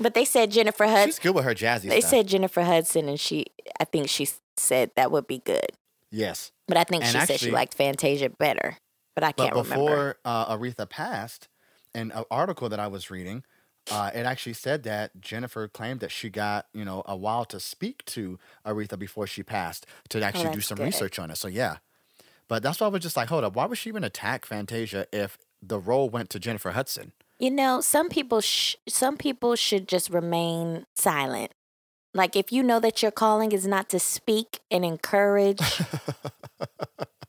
Speaker 1: But they said Jennifer Hudson.
Speaker 2: She's good with her jazzy
Speaker 1: They
Speaker 2: stuff.
Speaker 1: said Jennifer Hudson, and she I think she said that would be good.
Speaker 2: yes.
Speaker 1: But I think
Speaker 2: And
Speaker 1: she said she
Speaker 2: actually-
Speaker 1: liked Fantasia better. But I
Speaker 2: But
Speaker 1: can't remember.
Speaker 2: before uh, Aretha passed, in an article that I was reading, uh, it actually said that Jennifer claimed that she got you know a while to speak to Aretha before she passed to actually do
Speaker 1: Oh, that's
Speaker 2: some
Speaker 1: good.
Speaker 2: research on it. So yeah, but that's why I was just like, hold up, why would she even attack Fantasia if the role went to Jennifer Hudson?
Speaker 1: You know, some people sh- some people should just remain silent. Like if you know that your calling is not to speak and encourage,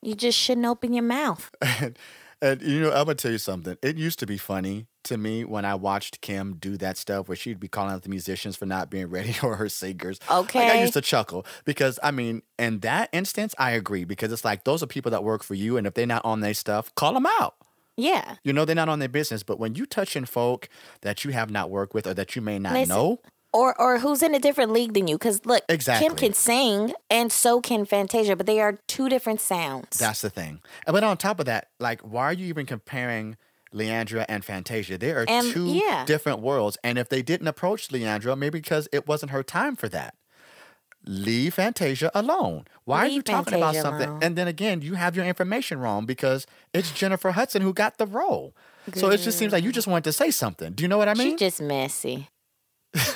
Speaker 1: you just shouldn't open your mouth.
Speaker 2: and, And you know, I'm gonna tell you something. It used to be funny to me when I watched Kim do that stuff where she'd be calling out the musicians for not being ready or her singers.
Speaker 1: Okay.
Speaker 2: Like I used to chuckle because I mean, in that instance, I agree because it's like those are people that work for you, and if they're not on their stuff, call them out.
Speaker 1: yeah.
Speaker 2: You know, they're not on their business. But when you touching folk that you have not worked with or that you may not
Speaker 1: Listen,
Speaker 2: know,
Speaker 1: Or or who's in a different league than you? Because look,
Speaker 2: Exactly.
Speaker 1: Kim can sing and so can Fantasia, but they are two different sounds.
Speaker 2: That's the thing. And But on top of that, like, why are you even comparing Leandra and Fantasia? They are
Speaker 1: And-
Speaker 2: two
Speaker 1: yeah.
Speaker 2: different worlds. And if they didn't approach Leandra, maybe because it wasn't her time for that. Leave Fantasia alone. Why are
Speaker 1: Leave
Speaker 2: you talking about
Speaker 1: Fantasia
Speaker 2: something?
Speaker 1: alone.
Speaker 2: And then again, you have your information wrong because it's Jennifer Hudson who got the role. So it just seems like you just wanted to say something. Do you know what I
Speaker 1: She's
Speaker 2: mean?
Speaker 1: just messy.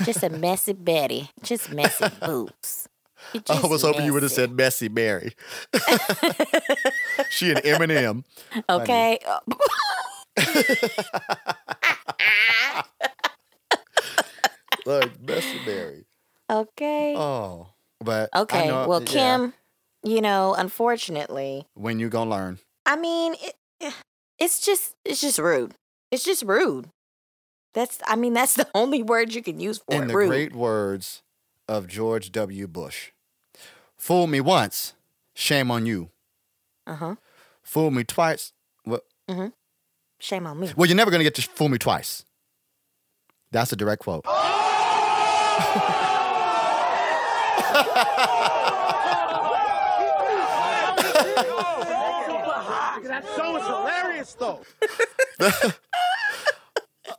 Speaker 1: just a messy Betty. Just messy boobs. You
Speaker 2: I
Speaker 1: just
Speaker 2: was hoping you would have
Speaker 1: messy.
Speaker 2: said Messy Mary. she and Eminem.
Speaker 1: Okay. Uh,
Speaker 2: Look, Messy Mary.
Speaker 1: Okay.
Speaker 2: Oh, but I
Speaker 1: okay.
Speaker 2: know-
Speaker 1: well,
Speaker 2: yeah.
Speaker 1: Kim, you know, unfortunately,
Speaker 2: when you gonna learn?
Speaker 1: I mean, it, eh, it's just it's just rude. It's just rude. That's I mean, that's the only word you can use for
Speaker 2: In
Speaker 1: it.
Speaker 2: the
Speaker 1: Rude.
Speaker 2: great words of George W. Bush, "Fool me once, shame on you.
Speaker 1: uh-huh.
Speaker 2: Fool me twice, well,
Speaker 1: Shame on me.
Speaker 2: well you're never gonna get to fool me twice." That's a direct quote.
Speaker 3: That song is hilarious, though.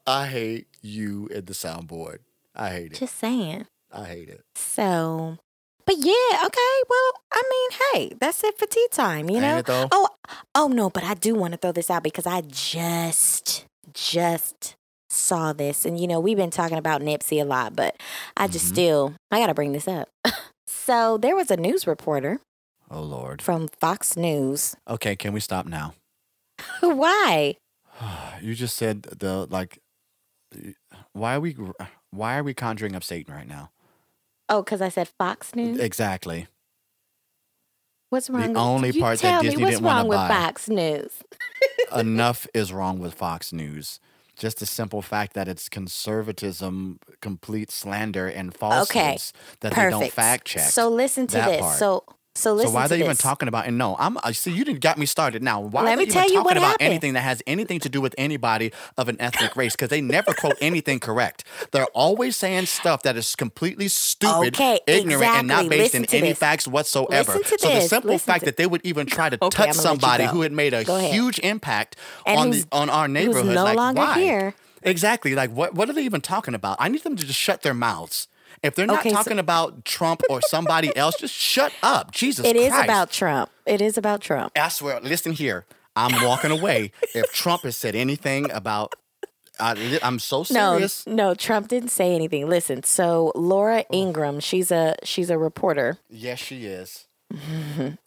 Speaker 2: I hate you and the soundboard. I hate it.
Speaker 1: Just saying.
Speaker 2: I hate it.
Speaker 1: So, but yeah, okay. Well, I mean, hey, that's it for tea time, you
Speaker 2: Ain't
Speaker 1: know?
Speaker 2: it though?
Speaker 1: Oh, oh no, but I do want to throw this out because I just, just saw this. And, you know, we've been talking about Nipsey a lot, but I just
Speaker 2: Mhm.
Speaker 1: still, I got to bring this up. so there was a news reporter
Speaker 2: Oh Lord.
Speaker 1: from Fox News.
Speaker 2: Okay, can we stop now?
Speaker 1: Why?
Speaker 2: You just said the like. Why are we? Why are we conjuring up Satan right now?
Speaker 1: Oh, because I said Fox News?
Speaker 2: Exactly.
Speaker 1: What's wrong? with-
Speaker 2: only
Speaker 1: you
Speaker 2: part that
Speaker 1: tell
Speaker 2: Disney
Speaker 1: me what's
Speaker 2: didn't wanna
Speaker 1: wrong with
Speaker 2: buy.
Speaker 1: Fox News.
Speaker 2: enough is wrong with Fox News. Just the simple fact that it's conservatism, complete slander, and falsehoods that
Speaker 1: Perfect.
Speaker 2: they don't fact check.
Speaker 1: So listen to
Speaker 2: that
Speaker 1: this.
Speaker 2: part.
Speaker 1: So so
Speaker 2: So
Speaker 1: listen
Speaker 2: why are
Speaker 1: to
Speaker 2: they even
Speaker 1: this.
Speaker 2: talking about? And no, I'm. I see you didn't got me started. Now why are
Speaker 1: Let
Speaker 2: they
Speaker 1: me
Speaker 2: even
Speaker 1: tell you
Speaker 2: talking
Speaker 1: what
Speaker 2: about
Speaker 1: happened.
Speaker 2: anything that has anything to do with anybody of an ethnic race? Because they never quote anything correct. They're always saying stuff that is completely stupid,
Speaker 1: Okay,
Speaker 2: ignorant, and not
Speaker 1: exactly.
Speaker 2: based
Speaker 1: Listen to
Speaker 2: in any
Speaker 1: this.
Speaker 2: facts whatsoever.
Speaker 1: Listen to
Speaker 2: so the
Speaker 1: this.
Speaker 2: simple
Speaker 1: Listen
Speaker 2: fact
Speaker 1: to-
Speaker 2: that they would even try to
Speaker 1: Okay,
Speaker 2: touch
Speaker 1: I'm gonna let you
Speaker 2: somebody
Speaker 1: go.
Speaker 2: who had made a
Speaker 1: Go ahead.
Speaker 2: huge impact
Speaker 1: And
Speaker 2: on the
Speaker 1: who's-
Speaker 2: on our neighborhood.
Speaker 1: no
Speaker 2: like,
Speaker 1: longer
Speaker 2: why?
Speaker 1: here.
Speaker 2: Exactly. Like what what are they even talking about? I need them to just shut their mouths. If they're not
Speaker 1: Okay, so-
Speaker 2: talking about Trump or somebody else, just shut up. Jesus
Speaker 1: It is
Speaker 2: Christ.
Speaker 1: about Trump. It is about Trump.
Speaker 2: I swear, listen here. I'm walking away. if Trump has said anything about I, li- I'm so serious. Oh.
Speaker 1: No, no, Trump didn't say anything. Listen, so Laura Ingram, she's a she's a reporter,
Speaker 2: Yes, she is.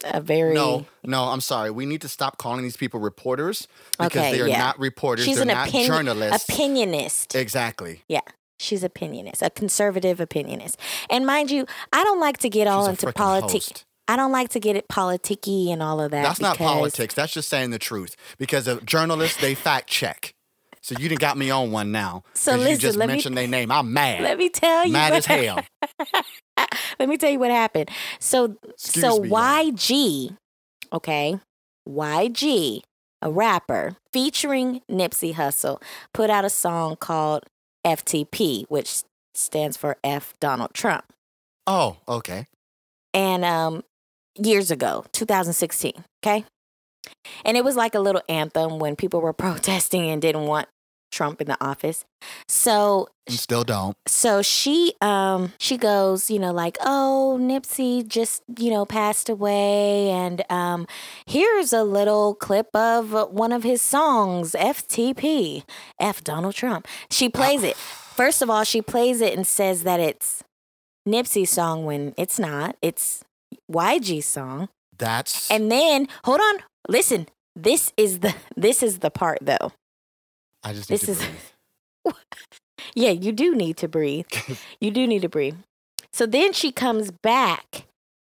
Speaker 1: a very
Speaker 2: No, no, I'm sorry. We need to stop calling these people reporters because
Speaker 1: Okay,
Speaker 2: they are
Speaker 1: yeah.
Speaker 2: not reporters.
Speaker 1: she's
Speaker 2: They're
Speaker 1: an
Speaker 2: not
Speaker 1: opinion
Speaker 2: journalists.
Speaker 1: opinionist.
Speaker 2: exactly.
Speaker 1: yeah, she's opinionist, a conservative opinionist. And mind you, I don't like to get all
Speaker 2: a
Speaker 1: into
Speaker 2: frickin'
Speaker 1: politics.
Speaker 2: host.
Speaker 1: I don't like to get it politicky and all of that.
Speaker 2: That's not
Speaker 1: because-
Speaker 2: politics. That's just saying the truth. Because of journalists, they fact check. So you didn't got me on one now.
Speaker 1: So
Speaker 2: 'cause you
Speaker 1: listen,
Speaker 2: just
Speaker 1: let me-
Speaker 2: mentioned their name. I'm mad.
Speaker 1: Let me tell you,
Speaker 2: mad
Speaker 1: what-
Speaker 2: as hell.
Speaker 1: let me tell you what happened. So
Speaker 2: Excuse
Speaker 1: so
Speaker 2: me, y'all.
Speaker 1: YG, okay, YG, a rapper featuring Nipsey Hussle, put out a song called FTP, which stands for F Donald Trump,
Speaker 2: Oh, okay.
Speaker 1: and um, years ago, 2016, okay, and it was like a little anthem when people were protesting and didn't want Trump in the office. So
Speaker 2: You still don't.
Speaker 1: so she um she goes you know like oh nipsey just you know passed away and um here's a little clip of uh, one of his songs ftp f donald trump she plays it first of all she plays it and says that it's nipsey's song when it's not it's yg's song
Speaker 2: That's
Speaker 1: and then hold on listen this is the this is the part though
Speaker 2: I just need
Speaker 1: this
Speaker 2: to
Speaker 1: is-
Speaker 2: breathe.
Speaker 1: Yeah, you do need to breathe. you do need to breathe. So then she comes back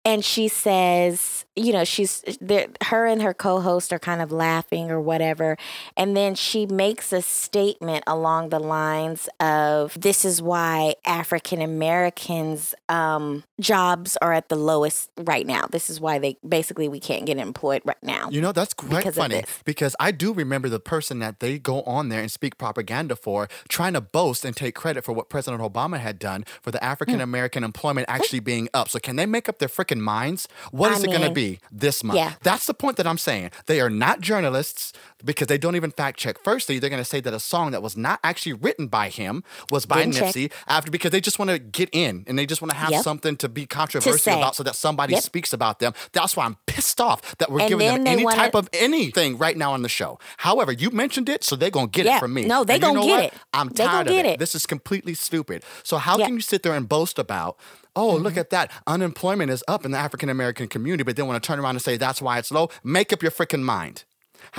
Speaker 1: and she says, you know, she's there. Her and her co-host are kind of laughing or whatever, and then she makes a statement along the lines of, "This is why African Americans' um, jobs are at the lowest right now. This is why they basically we can't get employed right now."
Speaker 2: You know, that's quite
Speaker 1: Because of
Speaker 2: funny
Speaker 1: this.
Speaker 2: because I do remember the person that they go on there and speak propaganda for, trying to boast and take credit for what President Obama had done for the African
Speaker 1: Mm.
Speaker 2: American employment actually being up. So, can they make up their freaking minds? What
Speaker 1: I
Speaker 2: is it going
Speaker 1: mean,
Speaker 2: to be this month?
Speaker 1: yeah.
Speaker 2: That's the point that I'm saying. They are not journalists because they don't even fact check. Firstly, they're going to say that a song that was not actually written by him was by
Speaker 1: Didn't check.
Speaker 2: Nipsey after because they just want to get in and they just want to have
Speaker 1: Yep.
Speaker 2: something to be controversial
Speaker 1: say.
Speaker 2: about so that somebody
Speaker 1: Yep.
Speaker 2: speaks about them. That's why I'm pissed off that we're
Speaker 1: And
Speaker 2: giving
Speaker 1: then
Speaker 2: them
Speaker 1: they
Speaker 2: any
Speaker 1: wanna-
Speaker 2: type of anything right now on the show. However, you mentioned it, so they're gonna get
Speaker 1: Yeah.
Speaker 2: it from me.
Speaker 1: No, they
Speaker 2: And you
Speaker 1: gonna
Speaker 2: know
Speaker 1: get
Speaker 2: what?
Speaker 1: it.
Speaker 2: I'm
Speaker 1: They gonna
Speaker 2: tired
Speaker 1: get
Speaker 2: of
Speaker 1: it.
Speaker 2: it. This is completely stupid. So how
Speaker 1: Yeah. Mm-hmm.
Speaker 2: can you sit there and boast about? Oh, look at that. Unemployment is up in the African American community, but then want to turn around and say that's why it's low. Make up your freaking mind.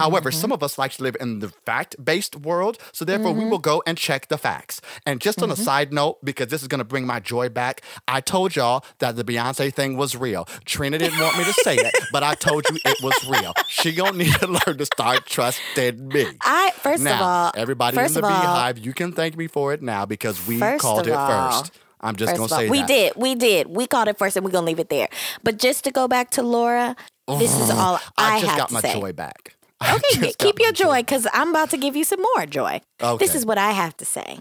Speaker 2: However,
Speaker 1: Mm-hmm.
Speaker 2: some of us like to live in the fact based world, so therefore we will go and check the facts. And just
Speaker 1: Mm-hmm.
Speaker 2: on a side note, because this is going to bring my joy back, I told y'all that the Beyonce thing was real. Trina didn't want me to say it, but I told you it was real. She gonna need to learn to start trusting me.
Speaker 1: I first
Speaker 2: now,
Speaker 1: of all,
Speaker 2: everybody
Speaker 1: first
Speaker 2: in the
Speaker 1: of all,
Speaker 2: beehive, you can thank me for it now because we
Speaker 1: First
Speaker 2: called
Speaker 1: of
Speaker 2: it
Speaker 1: all-
Speaker 2: first. I'm just
Speaker 1: First
Speaker 2: gonna
Speaker 1: of all,
Speaker 2: say
Speaker 1: we
Speaker 2: that.
Speaker 1: did, we did, we called it first, and we're gonna leave it there. But just to go back to Laura, this is all I,
Speaker 2: Oh, I, just
Speaker 1: have
Speaker 2: got
Speaker 1: to
Speaker 2: my
Speaker 1: say.
Speaker 2: joy back. I
Speaker 1: Okay,
Speaker 2: just got
Speaker 1: keep
Speaker 2: my
Speaker 1: your joy because I'm about to give you some more joy. This
Speaker 2: Oh, Okay.
Speaker 1: is what I have to say.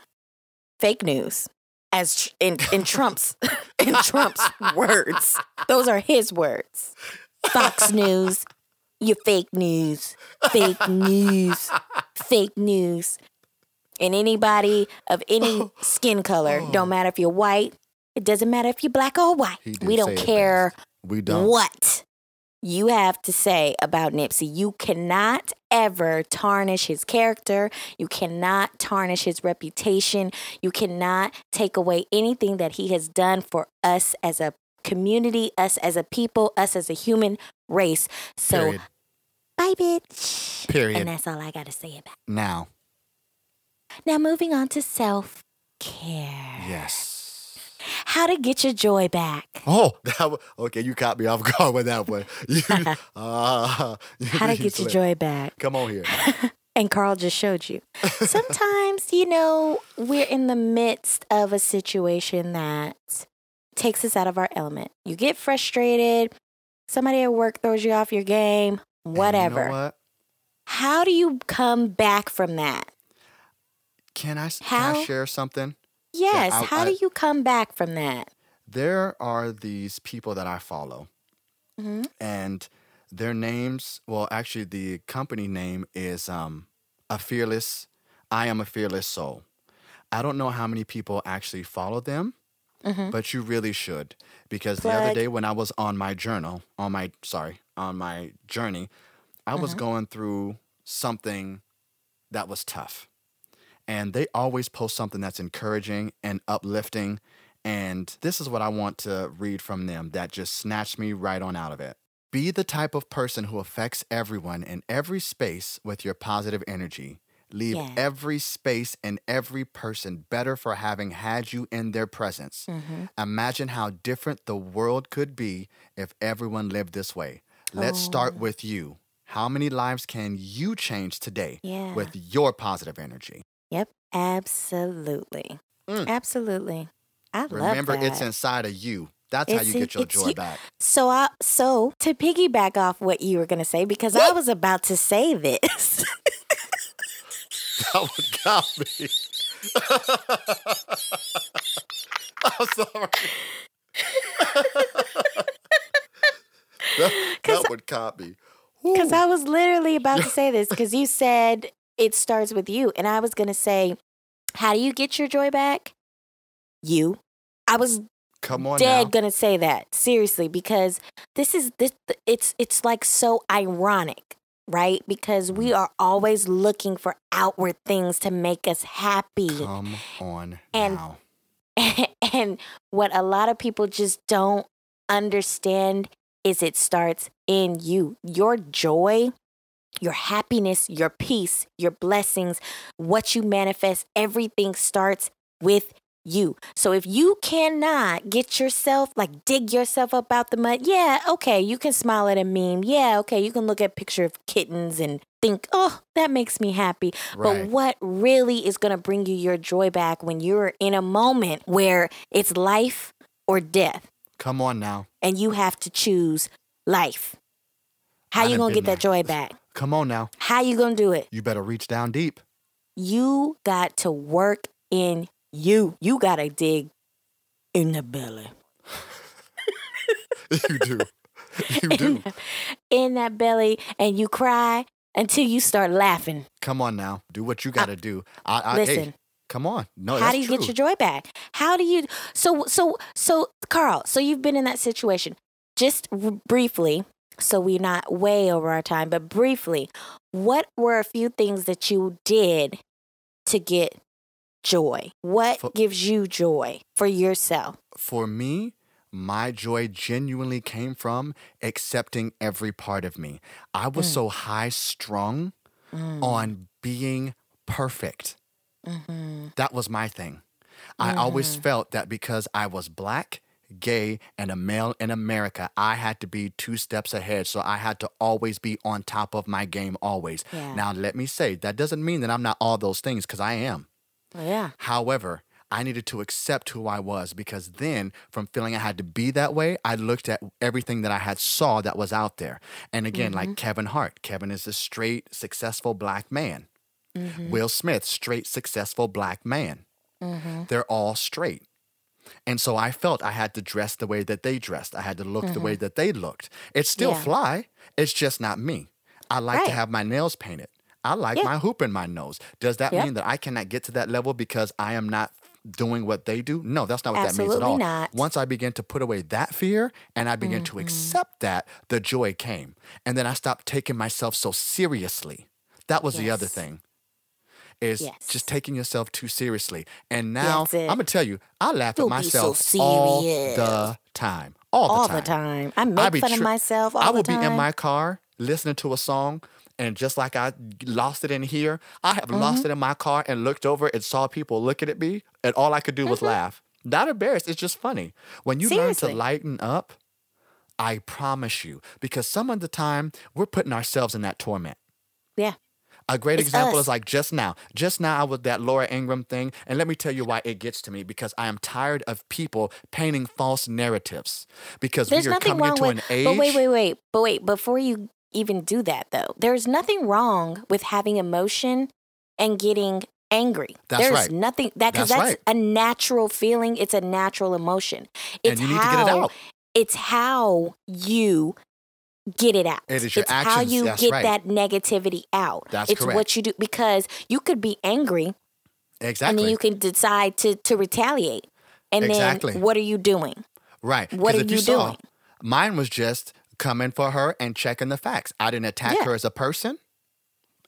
Speaker 1: Fake news, as tr- in in Trump's in Trump's words. Those are his words. Fox News, you fake news, fake news, fake news, and anybody of any
Speaker 2: Oh.
Speaker 1: skin color. Don't matter if you're white. It doesn't matter if you're black or white.
Speaker 2: He did
Speaker 1: We
Speaker 2: say
Speaker 1: don't
Speaker 2: it best.
Speaker 1: care
Speaker 2: We don't.
Speaker 1: what you have to say about Nipsey. You cannot ever tarnish his character. You cannot tarnish his reputation. You cannot take away anything that he has done for us as a community, us as a people, us as a human race. So,
Speaker 2: Period.
Speaker 1: bye, bitch.
Speaker 2: Period.
Speaker 1: And that's all I got to say about
Speaker 2: Now.
Speaker 1: it. Now, moving on to self care.
Speaker 2: Yes.
Speaker 1: How to get your joy back.
Speaker 2: Oh, that wa- okay. You caught me off guard with that one. You, uh,
Speaker 1: How to get your joy back.
Speaker 2: Come on here.
Speaker 1: and Carl just showed you. Sometimes, you know, we're in the midst of a situation that takes us out of our element. You get frustrated, somebody at work throws you off your game, whatever.
Speaker 2: And you know what?
Speaker 1: How do you come back from that?
Speaker 2: Can I, s- can
Speaker 1: How?
Speaker 2: I share something?
Speaker 1: Yes,
Speaker 2: I-
Speaker 1: how
Speaker 2: I-
Speaker 1: do you come back from that?
Speaker 2: There are these people that I follow,
Speaker 1: Mhm.
Speaker 2: and their names. Well, actually, the company name is um, a fearless. I am a fearless soul. I don't know how many people actually follow them, but you really should because the
Speaker 1: Plug.
Speaker 2: other day when I was on my journal, on my sorry, on my journey, I was going through something that was tough. And they always post something that's encouraging and uplifting. And this is what I want to read from them that just snatched me right on out of it. Be the type of person who affects everyone in every space with your positive energy. Leave
Speaker 1: Yeah.
Speaker 2: every space and every person better for having had you in their presence. Imagine how different the world could be if everyone lived this way. Let's start with you. How many lives can you change today
Speaker 1: Yeah.
Speaker 2: with your positive energy?
Speaker 1: Yep, absolutely.
Speaker 2: Mm.
Speaker 1: Absolutely. I
Speaker 2: Remember,
Speaker 1: love that.
Speaker 2: it's inside of you. That's how
Speaker 1: It's
Speaker 2: you
Speaker 1: in-
Speaker 2: get your
Speaker 1: it's
Speaker 2: joy
Speaker 1: you.
Speaker 2: back.
Speaker 1: So I so to piggyback off what you were gonna say because I was about to say this.
Speaker 2: That one got me. I'm sorry. that, that would caught me.
Speaker 1: Because I was literally about to say this because you said it starts with you. And I was going to say, how do you get your joy back? You. I was
Speaker 2: Come on
Speaker 1: dead
Speaker 2: now.
Speaker 1: going to say that seriously because this is this it's it's like so ironic, right? Because we are always looking for outward things to make us happy.
Speaker 2: Come on
Speaker 1: And-
Speaker 2: now.
Speaker 1: and what a lot of people just don't understand is it starts in you. Your joy, your happiness, your peace, your blessings, what you manifest, everything starts with you. So if you cannot get yourself, like dig yourself up out the mud, yeah, okay, you can smile at a meme. Yeah, okay, you can look at picture of kittens and think, oh, that makes me happy.
Speaker 2: Right.
Speaker 1: But what really is going to bring you your joy back when you're in a moment where it's life or death
Speaker 2: Come on now.
Speaker 1: and you have to choose life?
Speaker 2: I
Speaker 1: How you
Speaker 2: done
Speaker 1: going to
Speaker 2: been
Speaker 1: get that
Speaker 2: there.
Speaker 1: joy back?
Speaker 2: Come on now.
Speaker 1: How you going to do it?
Speaker 2: You better reach down deep.
Speaker 1: you got to work in you. You got to dig in the belly.
Speaker 2: you do. You do.
Speaker 1: In that belly, and you cry until you start laughing.
Speaker 2: Come on now. Do what you got to do. I, I, Hey,
Speaker 1: Uh, listen.
Speaker 2: come on. No,
Speaker 1: How
Speaker 2: Oh, that's
Speaker 1: do you
Speaker 2: true.
Speaker 1: get your joy back? How do you So so so Carl, so you've been in that situation. Just r- briefly, so we're not way over our time, but briefly, what were a few things that you did to get joy? What
Speaker 2: For-
Speaker 1: gives you joy for yourself?
Speaker 2: for me, my joy genuinely came from accepting every part of me. I was so high strung on being perfect. That was my thing. I always felt that because I was black, gay, and a male in America, I had to be two steps ahead. So I had to always be on top of my game, always.
Speaker 1: Yeah.
Speaker 2: Now, let me say, that doesn't mean that I'm not all those things because I am. Oh,
Speaker 1: Yeah.
Speaker 2: However, I needed to accept who I was because then from feeling I had to be that way, I looked at everything that I had saw that was out there. And again,
Speaker 1: Mm-hmm.
Speaker 2: like Kevin Hart, Kevin is a straight, successful black man.
Speaker 1: Mm-hmm.
Speaker 2: Will Smith, straight, successful black man.
Speaker 1: Mm-hmm.
Speaker 2: They're all straight. And so I felt I had to dress the way that they dressed. I had to look the way that they looked. It's still
Speaker 1: Mm-hmm. Yeah.
Speaker 2: fly. It's just not me. I like to
Speaker 1: Right.
Speaker 2: have my nails painted. I like
Speaker 1: Yeah.
Speaker 2: my hoop in my nose. Does that
Speaker 1: Yep.
Speaker 2: mean that I cannot get to that level because I am not doing what they do? No, that's not what that means at
Speaker 1: Absolutely
Speaker 2: all.
Speaker 1: not. Mm-hmm.
Speaker 2: Once I begin to put away that fear and I begin to accept that, the joy came. And then I stopped taking myself so seriously. That was the other
Speaker 1: Yes.
Speaker 2: thing. Is
Speaker 1: Yes.
Speaker 2: just taking yourself too seriously. And now
Speaker 1: That's it.
Speaker 2: I'm gonna tell you, I laugh
Speaker 1: Don't
Speaker 2: at
Speaker 1: be
Speaker 2: myself
Speaker 1: so
Speaker 2: all
Speaker 1: serious.
Speaker 2: the time. All the
Speaker 1: all
Speaker 2: time.
Speaker 1: the time. I
Speaker 2: I
Speaker 1: make
Speaker 2: be
Speaker 1: fun of
Speaker 2: tri-
Speaker 1: myself all
Speaker 2: I
Speaker 1: the
Speaker 2: will
Speaker 1: time.
Speaker 2: be in my car listening to a song, and just like I lost it in here, I
Speaker 1: Mm-hmm.
Speaker 2: have lost it in my car and looked over and saw people looking at me, and all I could do was laugh. Not embarrassed, it's just funny. When you learn
Speaker 1: Mm-hmm. Seriously.
Speaker 2: to lighten up, I promise you, because some of the time we're putting ourselves in that torment.
Speaker 1: yeah.
Speaker 2: A great
Speaker 1: It's
Speaker 2: example
Speaker 1: us.
Speaker 2: is like just now. Just now, I was that Laura Ingram thing. And let me tell you why it gets to me because I am tired of people painting false narratives. Because
Speaker 1: There's
Speaker 2: we are
Speaker 1: nothing
Speaker 2: coming
Speaker 1: wrong
Speaker 2: into
Speaker 1: with
Speaker 2: an age.
Speaker 1: But wait, wait, wait. But wait, before you even do that though, there's nothing wrong with having emotion and getting angry.
Speaker 2: That's
Speaker 1: there's
Speaker 2: right.
Speaker 1: nothing that because
Speaker 2: That's
Speaker 1: that's,
Speaker 2: right.
Speaker 1: a natural feeling. It's a natural emotion.
Speaker 2: And
Speaker 1: It's
Speaker 2: you need to
Speaker 1: how
Speaker 2: get it out.
Speaker 1: it's how you get it out.
Speaker 2: It is your
Speaker 1: it's how
Speaker 2: actions.
Speaker 1: you
Speaker 2: That's
Speaker 1: get
Speaker 2: right.
Speaker 1: that negativity out.
Speaker 2: That's
Speaker 1: it's
Speaker 2: correct.
Speaker 1: what you do because you could be angry and
Speaker 2: Exactly.
Speaker 1: then you can decide to to retaliate. And
Speaker 2: Exactly.
Speaker 1: then what are you doing?
Speaker 2: Right.
Speaker 1: What
Speaker 2: 'Cause
Speaker 1: are
Speaker 2: if
Speaker 1: you
Speaker 2: saw,
Speaker 1: doing?
Speaker 2: Mine was just coming for her and checking the facts. I didn't attack
Speaker 1: Yeah.
Speaker 2: her as a person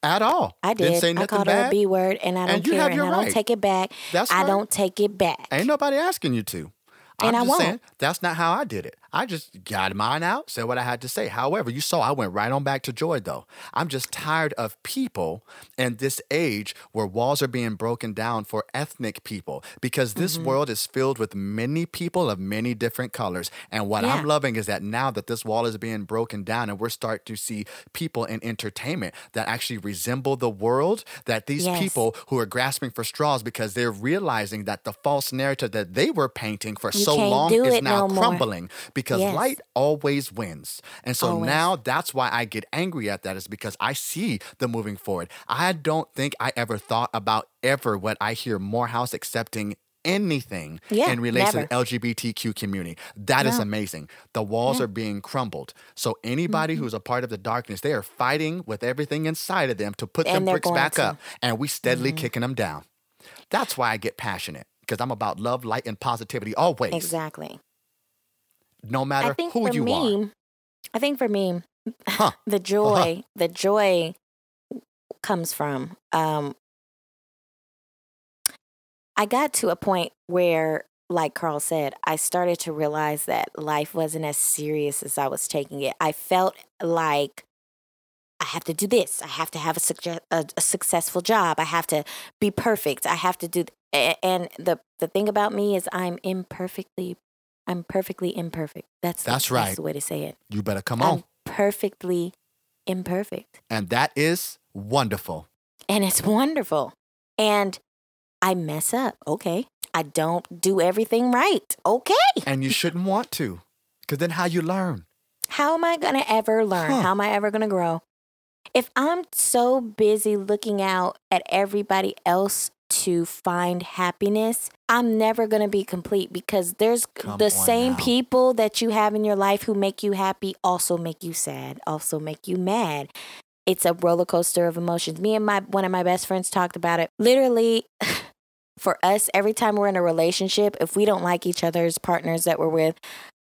Speaker 2: at all.
Speaker 1: I did.
Speaker 2: Didn't say
Speaker 1: I
Speaker 2: nothing
Speaker 1: called her a
Speaker 2: bad.
Speaker 1: B word, and I don't
Speaker 2: you
Speaker 1: care,
Speaker 2: have
Speaker 1: and
Speaker 2: your
Speaker 1: I
Speaker 2: right.
Speaker 1: don't take it back.
Speaker 2: That's
Speaker 1: I
Speaker 2: right.
Speaker 1: don't take it back.
Speaker 2: Ain't nobody asking you to. I'm
Speaker 1: And I
Speaker 2: just
Speaker 1: won't.
Speaker 2: saying that's not how I did it. I just got mine out, said what I had to say. However, you saw I went right on back to joy though. I'm just tired of people in this age where walls are being broken down for ethnic people because this
Speaker 1: Mm-hmm.
Speaker 2: world is filled with many people of many different colors. And what I'm
Speaker 1: Yeah.
Speaker 2: loving is that now that this wall is being broken down and we're starting to see people in entertainment that actually resemble the world, that these
Speaker 1: Yes.
Speaker 2: people who are grasping for straws because they're realizing that the false narrative that they were painting for
Speaker 1: You
Speaker 2: so
Speaker 1: can't
Speaker 2: long
Speaker 1: do
Speaker 2: is
Speaker 1: it
Speaker 2: now
Speaker 1: no more.
Speaker 2: crumbling because
Speaker 1: Yes.
Speaker 2: light always wins. And so
Speaker 1: Always.
Speaker 2: now that's why I get angry at that is because I see the moving forward. I don't think I ever thought about ever what I hear Morehouse accepting anything
Speaker 1: Yeah,
Speaker 2: in relation
Speaker 1: never.
Speaker 2: to LGBTQ community. That is amazing. The walls are being crumbled. So anybody
Speaker 1: Mm-hmm.
Speaker 2: who's a part of the darkness, they are fighting with everything inside of them to put
Speaker 1: And
Speaker 2: them
Speaker 1: they're
Speaker 2: bricks
Speaker 1: going
Speaker 2: back
Speaker 1: to.
Speaker 2: up and we steadily
Speaker 1: Mm-hmm.
Speaker 2: kicking them down. That's why I get passionate because I'm about love, light, and positivity always,
Speaker 1: Exactly.
Speaker 2: no
Speaker 1: I
Speaker 2: matter
Speaker 1: think
Speaker 2: who
Speaker 1: for
Speaker 2: you
Speaker 1: me,
Speaker 2: are.
Speaker 1: I think for me,
Speaker 2: Huh. Uh-huh.
Speaker 1: the joy, the joy comes from. Um, I got to a point where, like Carl said, I started to realize that life wasn't as serious as I was taking it. I felt like I have to do this. I have to have a, suge- a, a successful job. I have to be perfect. I have to do. th- a- and the the thing about me is I'm imperfectly I'm perfectly imperfect. That's
Speaker 2: That's
Speaker 1: That's
Speaker 2: right.
Speaker 1: the way to say it.
Speaker 2: You better come
Speaker 1: I'm
Speaker 2: on.
Speaker 1: perfectly imperfect.
Speaker 2: And that is wonderful.
Speaker 1: And it's wonderful. And I mess up. Okay. I don't do everything right. Okay.
Speaker 2: And you shouldn't want to. Because then how you learn?
Speaker 1: How am I going to ever learn?
Speaker 2: Huh.
Speaker 1: How am I ever going to grow? If I'm so busy looking out at everybody else to find happiness, I'm never going to be complete because there's
Speaker 2: Come
Speaker 1: the
Speaker 2: on
Speaker 1: same
Speaker 2: now.
Speaker 1: people that you have in your life who make you happy also make you sad, also make you mad. It's a roller coaster of emotions. Me and my one of my best friends talked about it. Literally for us, every time we're in a relationship, if we don't like each other's partners that we're with,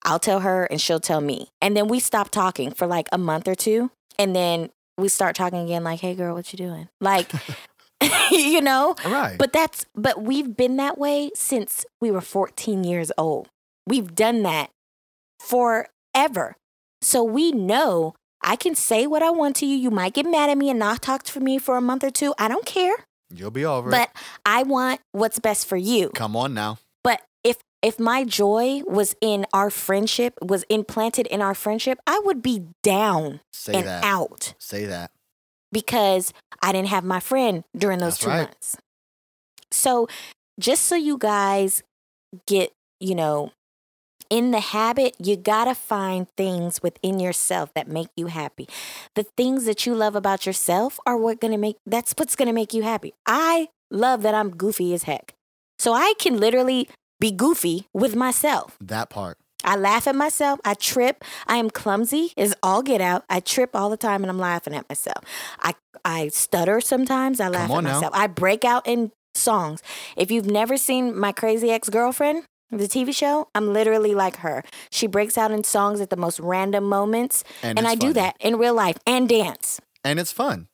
Speaker 1: I'll tell her and she'll tell me. And then we stop talking for like a month or two. And then we start talking again, like, hey, girl, what you doing? Like, you know?
Speaker 2: All right.
Speaker 1: But that's, but we've been that way since we were 14 years old. We've done that forever. So we know I can say what I want to you. You might get mad at me and not talk to me for a month or two. I don't care.
Speaker 2: You'll be over
Speaker 1: But I want what's best for you.
Speaker 2: it. Come on now.
Speaker 1: But if if my joy was in our friendship, was implanted in our friendship, I would be down
Speaker 2: Say
Speaker 1: and
Speaker 2: that.
Speaker 1: out
Speaker 2: Say that.
Speaker 1: because I didn't have my friend during those
Speaker 2: That's
Speaker 1: two
Speaker 2: right.
Speaker 1: months. So just so you guys get, you know, in the habit, you gotta find things within yourself that make you happy. The things that you love about yourself are what gonna make that's what's gonna make you happy. I love that I'm goofy as heck. So I can literally be goofy with myself.
Speaker 2: That part.
Speaker 1: I laugh at myself. I trip. I am clumsy is all get out. I trip all the time and I'm laughing at myself. I I stutter sometimes. I laugh
Speaker 2: Come
Speaker 1: at
Speaker 2: on now.
Speaker 1: myself. I break out in songs. If you've never seen my crazy ex-girlfriend, the TV show, I'm literally like her. She breaks out in songs at the most random moments
Speaker 2: And,
Speaker 1: and,
Speaker 2: it's
Speaker 1: I do
Speaker 2: funny.
Speaker 1: that in real life and dance.
Speaker 2: And it's fun.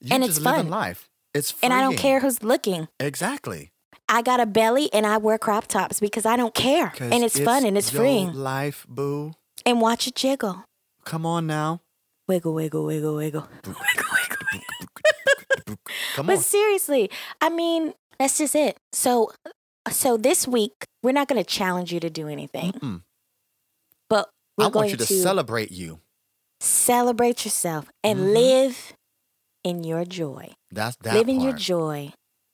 Speaker 2: You
Speaker 1: And
Speaker 2: just
Speaker 1: it's
Speaker 2: live in
Speaker 1: fun.
Speaker 2: life. It's free.
Speaker 1: And I don't care who's looking.
Speaker 2: Exactly.
Speaker 1: I got a belly and I wear crop tops because I don't care.
Speaker 2: 'Cause
Speaker 1: And it's, fun and it's
Speaker 2: your
Speaker 1: freeing.
Speaker 2: Life, boo.
Speaker 1: And watch it jiggle.
Speaker 2: Come on now.
Speaker 1: Wiggle, wiggle, wiggle, wiggle. wiggle, wiggle.
Speaker 2: Come
Speaker 1: But
Speaker 2: on.
Speaker 1: seriously, I mean, that's just it. So, so this week we're not going to challenge you to do anything,
Speaker 2: Mm-mm.
Speaker 1: but we're
Speaker 2: I
Speaker 1: going
Speaker 2: want you to, celebrate you.
Speaker 1: celebrate yourself and
Speaker 2: Mhm.
Speaker 1: live in your joy.
Speaker 2: That's that
Speaker 1: live in
Speaker 2: part.
Speaker 1: your joy.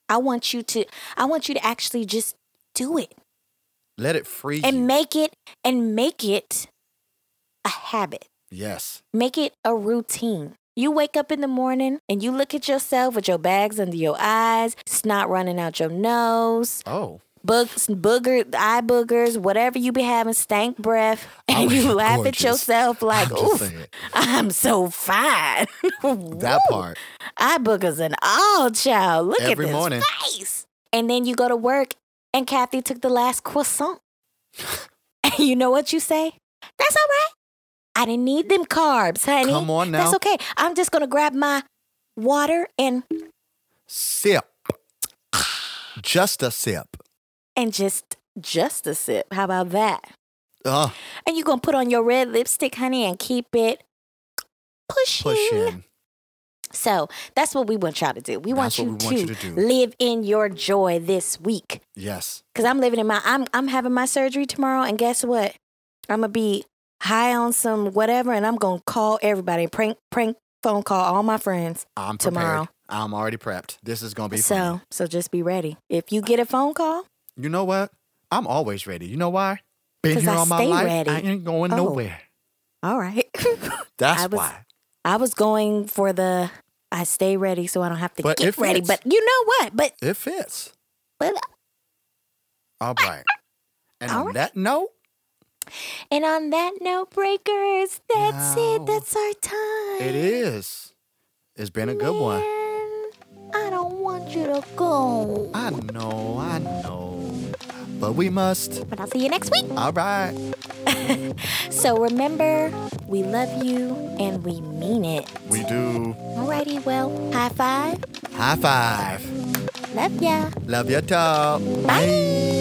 Speaker 1: I want you to. I want you to actually just do it
Speaker 2: Let it free you.
Speaker 1: and make it and make it a habit.
Speaker 2: yes.
Speaker 1: Make it a routine. You wake up in the morning and you look at yourself with your bags under your eyes, snot running out your nose,
Speaker 2: Oh.
Speaker 1: books, booger, eye boogers, whatever you be having, stank breath,
Speaker 2: I was
Speaker 1: and you laugh
Speaker 2: gorgeous.
Speaker 1: at yourself like,
Speaker 2: I'm just
Speaker 1: oof,
Speaker 2: saying.
Speaker 1: I'm so fine.
Speaker 2: That
Speaker 1: Woo.
Speaker 2: part.
Speaker 1: Eye boogers and all, child. Look
Speaker 2: Every
Speaker 1: at this
Speaker 2: morning.
Speaker 1: face. And then you go to work, and Kathy took the last croissant. and you know what you say? That's all right. I didn't need them carbs, honey.
Speaker 2: Come on now.
Speaker 1: That's okay. I'm just going to grab my water and
Speaker 2: Sip. Just a sip.
Speaker 1: and just just a sip. How about that?
Speaker 2: Uh,
Speaker 1: And you're gonna put on your red lipstick, honey, and keep it pushing.
Speaker 2: push in.
Speaker 1: So that's what we want y'all to do. We want
Speaker 2: That's what
Speaker 1: you,
Speaker 2: we want
Speaker 1: to,
Speaker 2: you to do.
Speaker 1: live in your joy this week.
Speaker 2: Yes.
Speaker 1: Cause I'm living in my I'm I'm having my surgery tomorrow, and guess what? I'm gonna be high on some whatever, and I'm gonna call everybody, prank prank phone call all my friends.
Speaker 2: I'm prepared.
Speaker 1: Tomorrow.
Speaker 2: I'm already prepped. This is going to be
Speaker 1: so
Speaker 2: fun.
Speaker 1: so just be ready. If you get a phone call,
Speaker 2: You know what? I'm always ready. You know why? Been
Speaker 1: 'Cause
Speaker 2: here
Speaker 1: I
Speaker 2: all my
Speaker 1: stay
Speaker 2: life.
Speaker 1: ready.
Speaker 2: I ain't going
Speaker 1: Oh.
Speaker 2: nowhere.
Speaker 1: all right.
Speaker 2: That's
Speaker 1: I was-
Speaker 2: why.
Speaker 1: I was going for the I stay ready so I don't have to
Speaker 2: But
Speaker 1: get
Speaker 2: if
Speaker 1: ready.
Speaker 2: it's-
Speaker 1: But you know what? But
Speaker 2: It fits.
Speaker 1: but
Speaker 2: All right. And
Speaker 1: All
Speaker 2: on
Speaker 1: right.
Speaker 2: that note,
Speaker 1: And on that note, breakers, that's
Speaker 2: Now,
Speaker 1: it. That's our time.
Speaker 2: it is. It's been a good one.
Speaker 1: Man, I don't want you to go.
Speaker 2: I know, I know. But we must.
Speaker 1: But I'll see you next week.
Speaker 2: All right.
Speaker 1: So remember, we love you and we mean it.
Speaker 2: We do.
Speaker 1: Alrighty, well, high five.
Speaker 2: High five.
Speaker 1: Love ya.
Speaker 2: Love your talk. Bye.